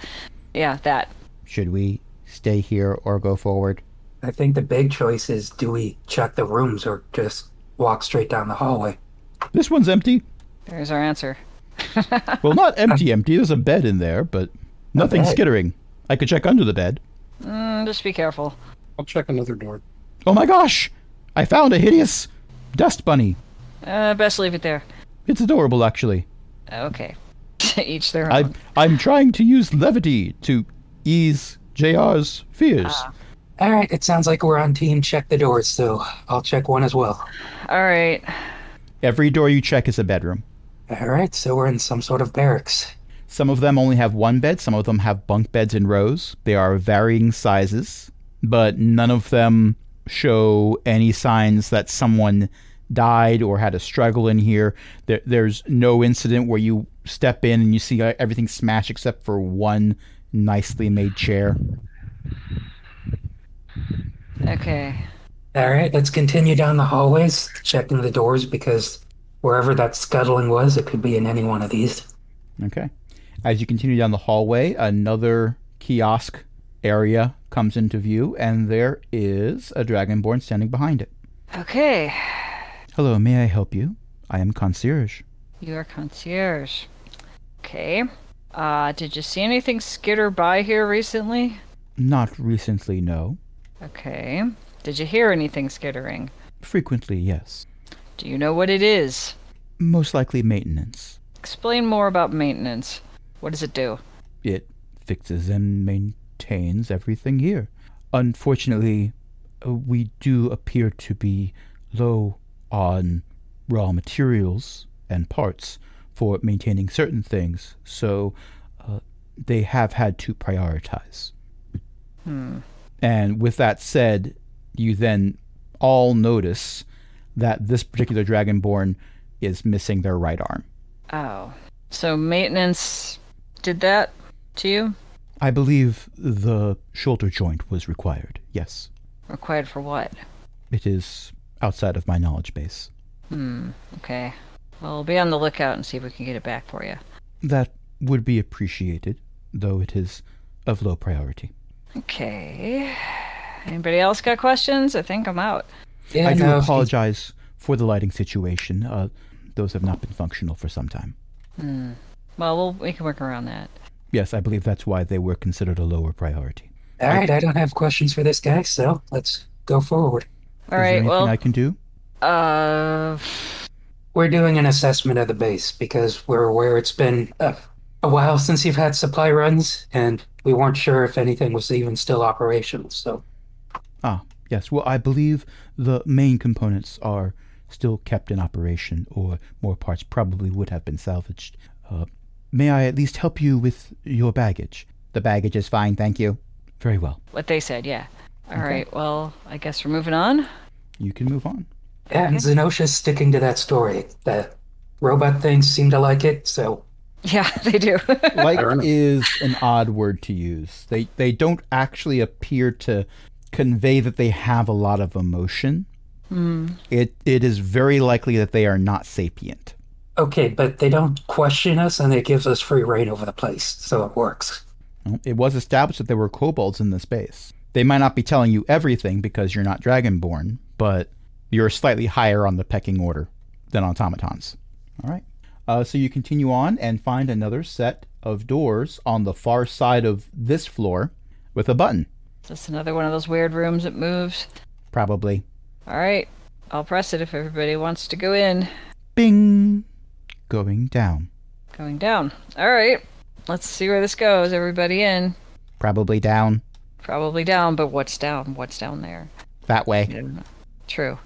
[SPEAKER 2] yeah, that.
[SPEAKER 1] Should we stay here or go forward?
[SPEAKER 4] I think the big choice is do we check the rooms or just walk straight down the hallway?
[SPEAKER 1] This one's empty.
[SPEAKER 2] There's our answer.
[SPEAKER 1] Well, not empty, empty. There's a bed in there, but nothing
[SPEAKER 4] bed.
[SPEAKER 1] skittering. I could check under the bed.
[SPEAKER 2] Mm, just be careful.
[SPEAKER 5] I'll check another door.
[SPEAKER 1] Oh my gosh! I found a hideous dust bunny.
[SPEAKER 2] Uh, best leave it there.
[SPEAKER 1] It's adorable, actually.
[SPEAKER 2] Okay. Each their own.
[SPEAKER 1] I, I'm trying to use levity to ease JR's fears.
[SPEAKER 4] All right. It sounds like we're on team check the doors, so I'll check one as well.
[SPEAKER 2] All right.
[SPEAKER 1] Every door you check is a bedroom.
[SPEAKER 4] All right. So we're in some sort of barracks.
[SPEAKER 1] Some of them only have one bed, some of them have bunk beds in rows. They are varying sizes, but none of them show any signs that someone died or had a struggle in here. There, there's no incident where you step in and you see uh, everything smashed except for one nicely made chair.
[SPEAKER 2] Okay.
[SPEAKER 4] All right. Let's continue down the hallways, checking the doors because wherever that scuttling was, it could be in any one of these.
[SPEAKER 1] Okay. As you continue down the hallway, another kiosk area comes into view, and there is a dragonborn standing behind it.
[SPEAKER 2] Okay.
[SPEAKER 1] Hello, may I help you? I am concierge.
[SPEAKER 2] You are concierge. Okay. Uh, did you see anything skitter by here recently?
[SPEAKER 1] Not recently, no.
[SPEAKER 2] Okay. Did you hear anything skittering?
[SPEAKER 1] Frequently, yes.
[SPEAKER 2] Do you know what it is?
[SPEAKER 1] Most likely maintenance.
[SPEAKER 2] Explain more about maintenance. What does it do?
[SPEAKER 1] It fixes and maintains everything here. Unfortunately, uh, we do appear to be low on raw materials and parts for maintaining certain things, so uh, they have had to prioritize.
[SPEAKER 2] Hmm.
[SPEAKER 1] And with that said, you then all notice that this particular dragonborn is missing their right arm.
[SPEAKER 2] Oh. So maintenance did that to you?
[SPEAKER 1] I believe the shoulder joint was required. Yes.
[SPEAKER 2] Required for what?
[SPEAKER 1] It is outside of my knowledge base.
[SPEAKER 2] Hmm. Okay. Well, be on the lookout and see if we can get it back for you.
[SPEAKER 1] That would be appreciated, though it is of low priority.
[SPEAKER 2] Okay. Anybody else got questions? I think I'm out.
[SPEAKER 4] Yeah,
[SPEAKER 1] I do
[SPEAKER 4] no,
[SPEAKER 1] apologize for the lighting situation. Uh, those have not been functional for some time.
[SPEAKER 2] Hmm. Well, we'll we can work around that.
[SPEAKER 1] Yes, I believe that's why they were considered a lower priority.
[SPEAKER 4] All right. I don't have questions for this guy, so let's go forward.
[SPEAKER 2] All
[SPEAKER 1] is there
[SPEAKER 2] right.
[SPEAKER 1] anything
[SPEAKER 2] Well,
[SPEAKER 1] I can do?
[SPEAKER 2] uh,
[SPEAKER 4] We're doing an assessment of the base because we're aware it's been a, a while since you've had supply runs, and we weren't sure if anything was even still operational. So,
[SPEAKER 1] Ah, yes. Well, I believe the main components are still kept in operation, or more parts probably would have been salvaged. Uh, may I at least help you with your baggage? The baggage is fine, thank you. Very well.
[SPEAKER 2] what they said, yeah. All right. Well, I guess we're moving on.
[SPEAKER 1] You can move on.
[SPEAKER 4] and Zenosha's sticking to that story. The robot things seem to like it, so
[SPEAKER 2] Yeah, they do.
[SPEAKER 1] Like
[SPEAKER 5] Fair enough.
[SPEAKER 1] is an odd word to use. They they don't actually appear to convey that they have a lot of emotion.
[SPEAKER 2] Hmm.
[SPEAKER 1] It it is very likely that they are not sapient.
[SPEAKER 4] okay. But they don't question us, and it gives us free reign over the place, so it works.
[SPEAKER 1] It was established that there were kobolds in the space. They might not be telling you everything because you're not Dragonborn, but you're slightly higher on the pecking order than automatons. All right. Uh, so you continue on and find another set of doors on the far side of this floor with a button,
[SPEAKER 2] That's another one of those weird rooms that moves.
[SPEAKER 1] probably.
[SPEAKER 2] All right, I'll press it if everybody wants to go in.
[SPEAKER 1] Bing! Going down.
[SPEAKER 2] Going down. All right, let's see where this goes. Everybody in.
[SPEAKER 1] Probably down.
[SPEAKER 2] Probably down, but what's down? What's down there?
[SPEAKER 1] That way.
[SPEAKER 2] True.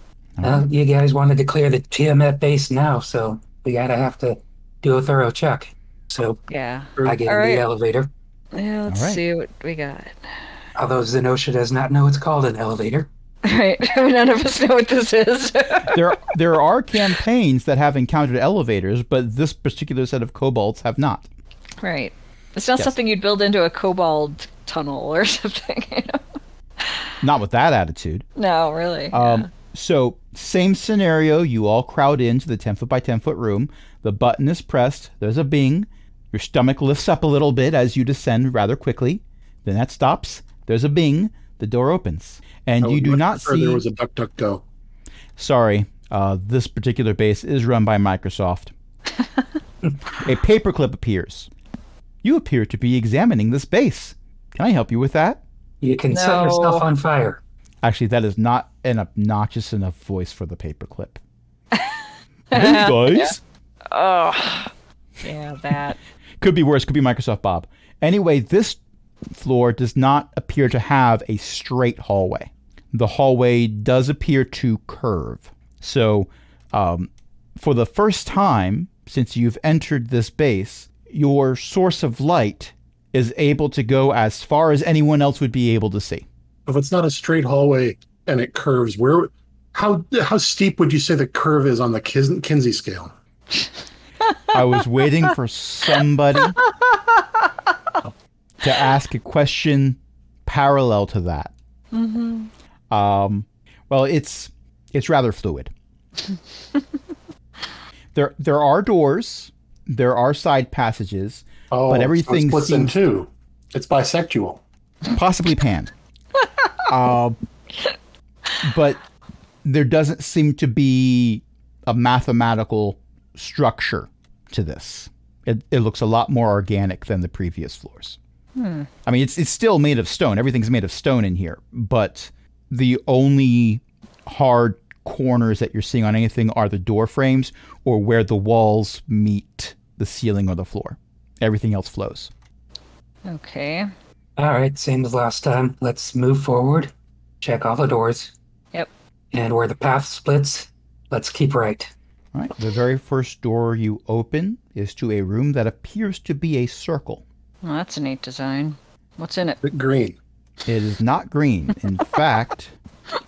[SPEAKER 4] Uh, you guys wanted to clear the TMF base now, so we gotta have to do a thorough check. So
[SPEAKER 2] Yeah.
[SPEAKER 4] I get in
[SPEAKER 2] Alright.
[SPEAKER 4] the elevator.
[SPEAKER 2] Yeah, let's
[SPEAKER 1] All right.
[SPEAKER 2] see what we got.
[SPEAKER 4] Although Zenosha does not know it's called an elevator.
[SPEAKER 2] All right, none of us know what this is.
[SPEAKER 1] there there are campaigns that have encountered elevators, but this particular set of kobolds have not.
[SPEAKER 2] right. It's not
[SPEAKER 1] Yes.
[SPEAKER 2] something you'd build into a cobalt tunnel or something, you know?
[SPEAKER 1] Not with that attitude.
[SPEAKER 2] No, really.
[SPEAKER 1] Um, so same scenario. You all crowd into the ten foot by ten foot room. The button is pressed. There's a bing. Your stomach lifts up a little bit as you descend rather quickly. Then that stops. There's a bing. The door opens, and
[SPEAKER 5] I
[SPEAKER 1] you
[SPEAKER 5] would
[SPEAKER 1] do
[SPEAKER 5] much
[SPEAKER 1] not
[SPEAKER 5] prefer
[SPEAKER 1] see.
[SPEAKER 5] There was a duck, duck, go.
[SPEAKER 1] Sorry, uh, this particular base is run by Microsoft. a paperclip appears. You appear to be examining this base. Can I help you with that?
[SPEAKER 4] You can set
[SPEAKER 2] No.
[SPEAKER 4] yourself on fire.
[SPEAKER 1] Actually, that is not an obnoxious enough voice for the paperclip. hey guys,
[SPEAKER 2] oh. Yeah, that.
[SPEAKER 1] could be worse. Could be Microsoft Bob. Anyway, this floor does not appear to have a straight hallway. The hallway does appear to curve. So, um, for the first time since you've entered this base, your source of light is able to go as far as anyone else would be able to see.
[SPEAKER 5] If it's not a straight hallway and it curves, where, how how steep would you say the curve is on the Kis- Kinsey scale?
[SPEAKER 1] I was waiting for somebody to ask a question parallel to that.
[SPEAKER 2] hmm
[SPEAKER 1] Um, well, it's it's rather fluid. there there are doors, there are side passages,
[SPEAKER 5] Oh,
[SPEAKER 1] But
[SPEAKER 5] so it
[SPEAKER 1] everything
[SPEAKER 5] splits in
[SPEAKER 1] seems-
[SPEAKER 5] two. It's bisexual.
[SPEAKER 1] possibly panned. Um, but there doesn't seem to be a mathematical structure to this. It, it looks a lot more organic than the previous floors.
[SPEAKER 2] Hmm.
[SPEAKER 1] I mean, it's it's still made of stone. Everything's made of stone in here, but the only hard corners that you're seeing on anything are the door frames or where the walls meet the ceiling or the floor. Everything else flows.
[SPEAKER 2] Okay.
[SPEAKER 4] All right, same as last time. Let's move forward, check all the doors.
[SPEAKER 2] Yep.
[SPEAKER 4] And where the path splits, let's keep right.
[SPEAKER 1] All right. The very first door you open is to a room that appears to be a circle.
[SPEAKER 2] Well, that's a neat design. What's in it?
[SPEAKER 5] Bit Green.
[SPEAKER 1] It is not green. In fact,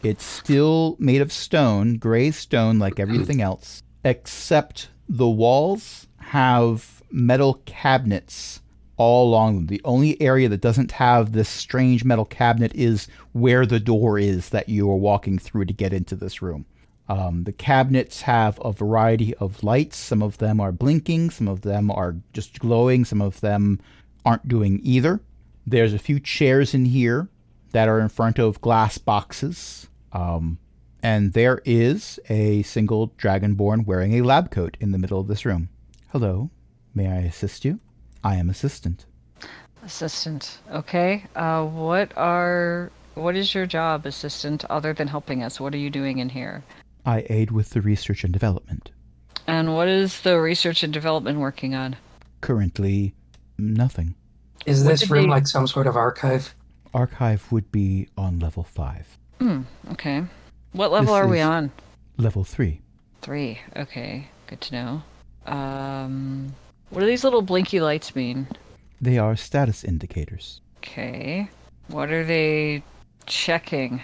[SPEAKER 1] it's still made of stone, gray stone like everything else, except the walls have metal cabinets all along them. The only area that doesn't have this strange metal cabinet is where the door is that you are walking through to get into this room. Um, the cabinets have a variety of lights. Some of them are blinking, some of them are just glowing, some of them aren't doing either. There's a few chairs in here that are in front of glass boxes. Um, and there is a single dragonborn wearing a lab coat in the middle of this room. Hello, may I assist you? I am assistant.
[SPEAKER 2] Assistant. Okay. Uh, what are what is your job, assistant, other than helping us? What are you doing in here?
[SPEAKER 1] I aid with the research and development.
[SPEAKER 2] And what is the research and development working on?
[SPEAKER 1] Currently, nothing.
[SPEAKER 4] Is
[SPEAKER 2] What
[SPEAKER 4] this
[SPEAKER 2] did
[SPEAKER 4] room
[SPEAKER 2] they-
[SPEAKER 4] like some sort of archive?
[SPEAKER 1] Archive would be on level 5.
[SPEAKER 2] Hmm. Okay. What level
[SPEAKER 1] This
[SPEAKER 2] are we
[SPEAKER 1] is-
[SPEAKER 2] on?
[SPEAKER 1] Level 3.
[SPEAKER 2] Three. Okay. Good to know. Um, what do these little blinky lights mean?
[SPEAKER 1] They are status indicators.
[SPEAKER 2] Okay. What are they checking?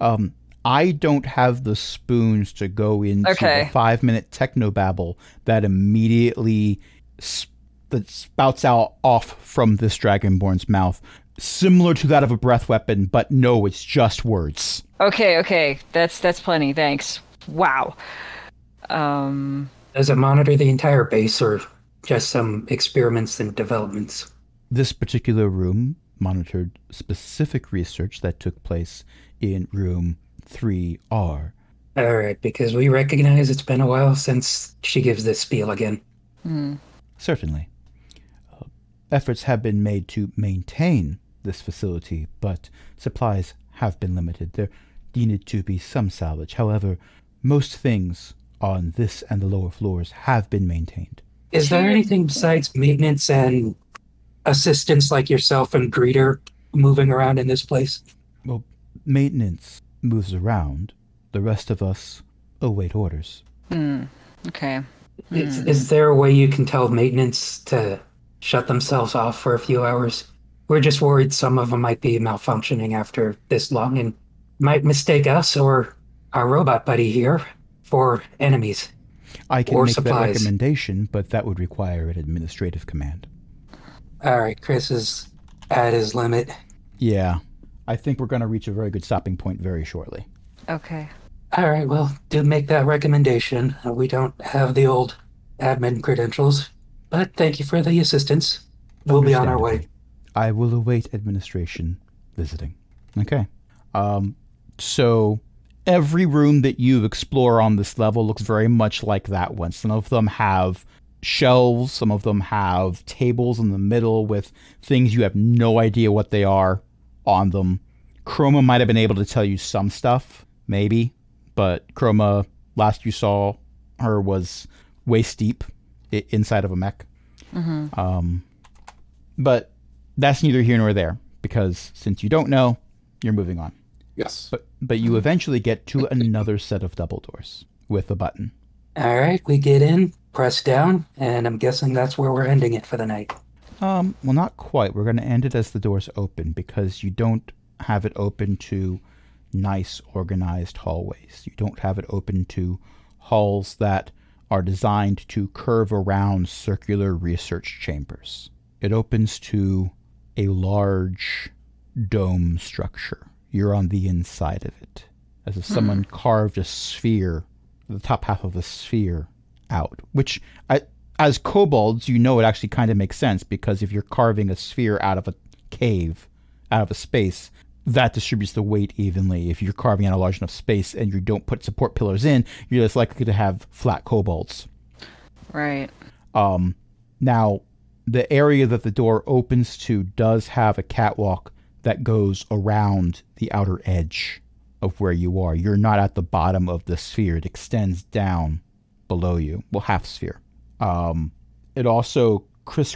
[SPEAKER 1] Um, I don't have the spoons to go into
[SPEAKER 2] Okay.
[SPEAKER 1] the five minute technobabble that immediately sp- that spouts out off from this dragonborn's mouth, similar to that of a breath weapon, but no, it's just words.
[SPEAKER 2] Okay. Okay. That's that's plenty. Thanks. Wow. Um.
[SPEAKER 4] Does it monitor the entire base or just some experiments and developments?
[SPEAKER 1] This particular room monitored specific research that took place in room 3R.
[SPEAKER 4] All right, because we recognize it's been a while since she gives this spiel again.
[SPEAKER 2] Hmm.
[SPEAKER 1] Certainly. Uh, efforts have been made to maintain this facility, but supplies have been limited. There needed to be some salvage. However, most things on this and the lower floors have been maintained.
[SPEAKER 4] Is there anything besides maintenance and assistants like yourself and Greeter moving around in this place?
[SPEAKER 1] Well, maintenance moves around. The rest of us await orders.
[SPEAKER 2] Hmm. Okay.
[SPEAKER 4] Is, is there a way you can tell maintenance to shut themselves off for a few hours? We're just worried some of them might be malfunctioning after this long and might mistake us or our robot buddy here for enemies.
[SPEAKER 1] I can
[SPEAKER 4] Or
[SPEAKER 1] make that
[SPEAKER 4] supplies.
[SPEAKER 1] recommendation, but that would require an administrative command.
[SPEAKER 4] All right, Chris is at his limit.
[SPEAKER 1] Yeah. I think we're going to reach a very good stopping point very shortly.
[SPEAKER 2] Okay.
[SPEAKER 4] All right, well, do make that recommendation. Uh, We don't have the old admin credentials, but thank you for the assistance. We'll be on our way.
[SPEAKER 1] I will await administration visiting. Okay. Um, so every room that you explore on this level looks very much like that one. Some of them have shelves, some of them have tables in the middle with things you have no idea what they are on them. Chroma might have been able to tell you some stuff, maybe, but Chroma, last you saw her, was waist deep i- inside of a mech.
[SPEAKER 2] Mm-hmm.
[SPEAKER 1] Um, but that's neither here nor there because since you don't know, you're moving on.
[SPEAKER 5] Yes.
[SPEAKER 1] But but you eventually get to another set of double doors with a button.
[SPEAKER 4] All right, we get in, press down, and I'm guessing that's where we're ending it for the night.
[SPEAKER 1] Um, well, not quite. We're going to end it as the doors open because you don't have it open to nice, organized hallways. You don't have it open to halls that are designed to curve around circular research chambers. It opens to a large dome structure. You're on the inside of it, as if someone carved a sphere, the top half of a sphere, out, which I as kobolds, you know it actually kind of makes sense because if you're carving a sphere out of a cave, out of a space, that distributes the weight evenly. If you're carving out a large enough space and you don't put support pillars in, you're less likely to have flat kobolds.
[SPEAKER 2] Right.
[SPEAKER 1] Um, now, the area that the door opens to does have a catwalk that goes around the outer edge of where you are. You're not at the bottom of the sphere, it extends down below you. Well, half sphere. Um, it also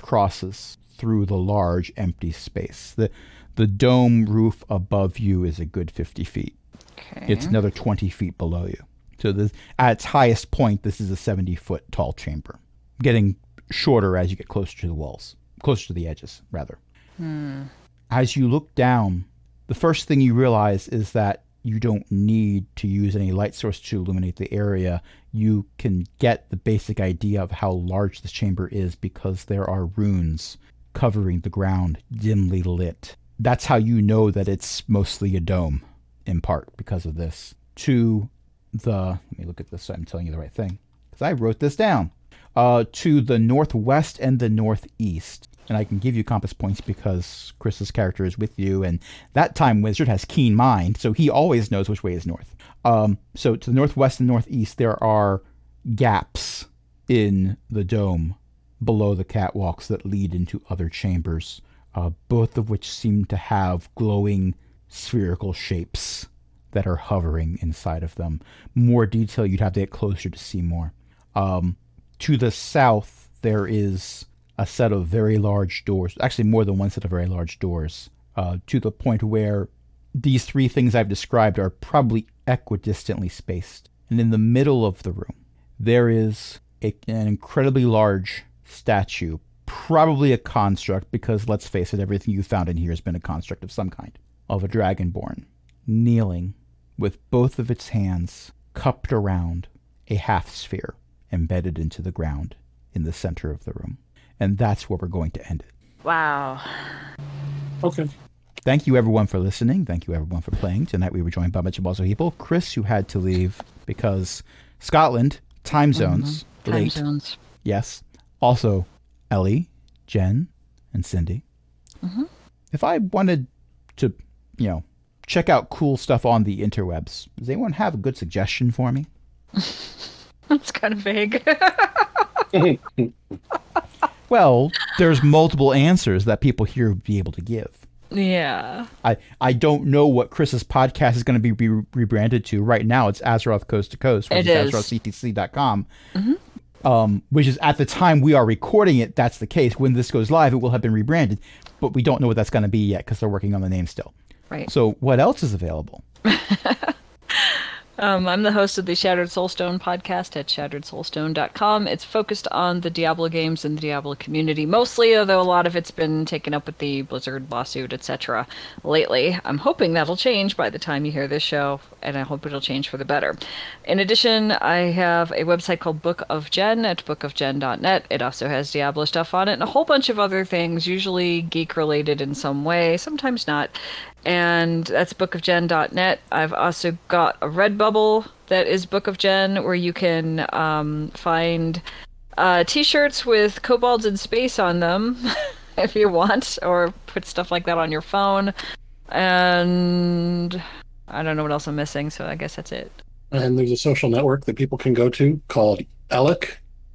[SPEAKER 1] crisscrosses through the large empty space. The, the dome roof above you is a good 50 feet
[SPEAKER 2] Okay.
[SPEAKER 1] it's another 20 feet below you. So this, at its highest point, this is a 70 foot tall chamber, getting shorter as you get closer to the walls, closer to the edges, rather.
[SPEAKER 2] Hmm.
[SPEAKER 1] As you look down, the first thing you realize is that you don't need to use any light source to illuminate the area. You can get the basic idea of how large this chamber is because there are runes covering the ground, dimly lit. That's how you know that it's mostly a dome in part because of this to the let me look at this so i'm telling you the right thing because i wrote this down uh, to the northwest and the northeast and i can give you compass points because chris's character is with you and that time wizard has keen mind so he always knows which way is north um, so to the northwest and northeast there are gaps in the dome below the catwalks that lead into other chambers uh, both of which seem to have glowing spherical shapes that are hovering inside of them. More detail, you'd have to get closer to see more. Um, to the south, there is a set of very large doors, actually, more than one set of very large doors, uh, to the point where these three things I've described are probably equidistantly spaced. And in the middle of the room, there is a, an incredibly large statue, probably a construct, because let's face it, everything you found in here has been a construct of some kind of a dragonborn, kneeling with both of its hands cupped around a half sphere embedded into the ground in the center of the room. And that's where we're going to end it.
[SPEAKER 2] Wow.
[SPEAKER 5] Okay.
[SPEAKER 1] Thank you, everyone, for listening. Thank you, everyone, for playing. Tonight we were joined by Mitch Balzo Heeple, Chris, who had to leave because Scotland, time zones,
[SPEAKER 2] Time
[SPEAKER 1] late.
[SPEAKER 2] zones.
[SPEAKER 1] Yes. Also, Ellie, Jen, and Cindy. if I wanted to, you know, check out cool stuff on the interwebs, does anyone have a good suggestion for me?
[SPEAKER 2] That's kind of vague.
[SPEAKER 1] Well, there's multiple answers that people here would be able to give.
[SPEAKER 2] yeah.
[SPEAKER 1] I, I don't know what Chris's podcast is going to be re- rebranded to. Right now, it's Azeroth Coast to Coast, which
[SPEAKER 2] It
[SPEAKER 1] is
[SPEAKER 2] is. Mm-hmm.
[SPEAKER 1] AzerothCTC.com, um, which is at the time we are recording it, that's the case. When this goes live, it will have been rebranded, but we don't know what that's going to be yet because they're working on the name still.
[SPEAKER 2] Right.
[SPEAKER 1] So, what else is available?
[SPEAKER 2] Um, I'm the host of the Shattered Soulstone podcast at shatteredsoulstone.com. It's focused on the Diablo games and the Diablo community mostly, although a lot of it's been taken up with the Blizzard lawsuit, etc. lately. I'm hoping that'll change by the time you hear this show, and I hope it'll change for the better. In addition, I have a website called Book of Gen at bookofgen.net. It also has Diablo stuff on it and a whole bunch of other things, usually geek related in some way, sometimes not and that's bookofgen.net. I've also got a Redbubble that is Book of Gen, where you can um, find uh, t-shirts with kobolds in space on them, if you want, or put stuff like that on your phone. And I don't know what else I'm missing, so I guess that's it.
[SPEAKER 5] And there's a social network that people can go to called Elek.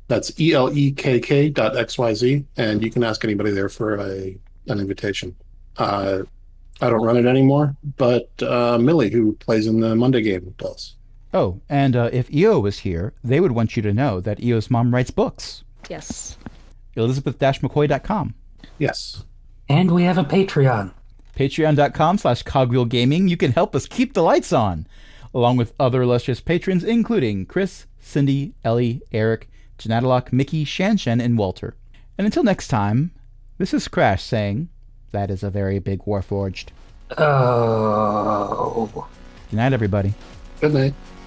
[SPEAKER 5] That's E L E K K dot X Y Z, and you can ask anybody there for a an invitation. Uh, I don't run it anymore, but uh, Millie, who plays in the Monday game, does.
[SPEAKER 1] Oh, and uh, if EO was here, they would want you to know that EO's mom writes books.
[SPEAKER 2] Yes.
[SPEAKER 1] Elizabeth-McCoy.com.
[SPEAKER 5] Yes,
[SPEAKER 4] And we have a Patreon.
[SPEAKER 1] patreon.com slash cogwheelgaming you can help us keep the lights on along with other illustrious patrons including chris cindy ellie eric janatalock mickey shanshan and walter and until next time this is crash saying that is a very big warforged
[SPEAKER 4] Oh.
[SPEAKER 1] good night everybody
[SPEAKER 5] good night.
[SPEAKER 1] Good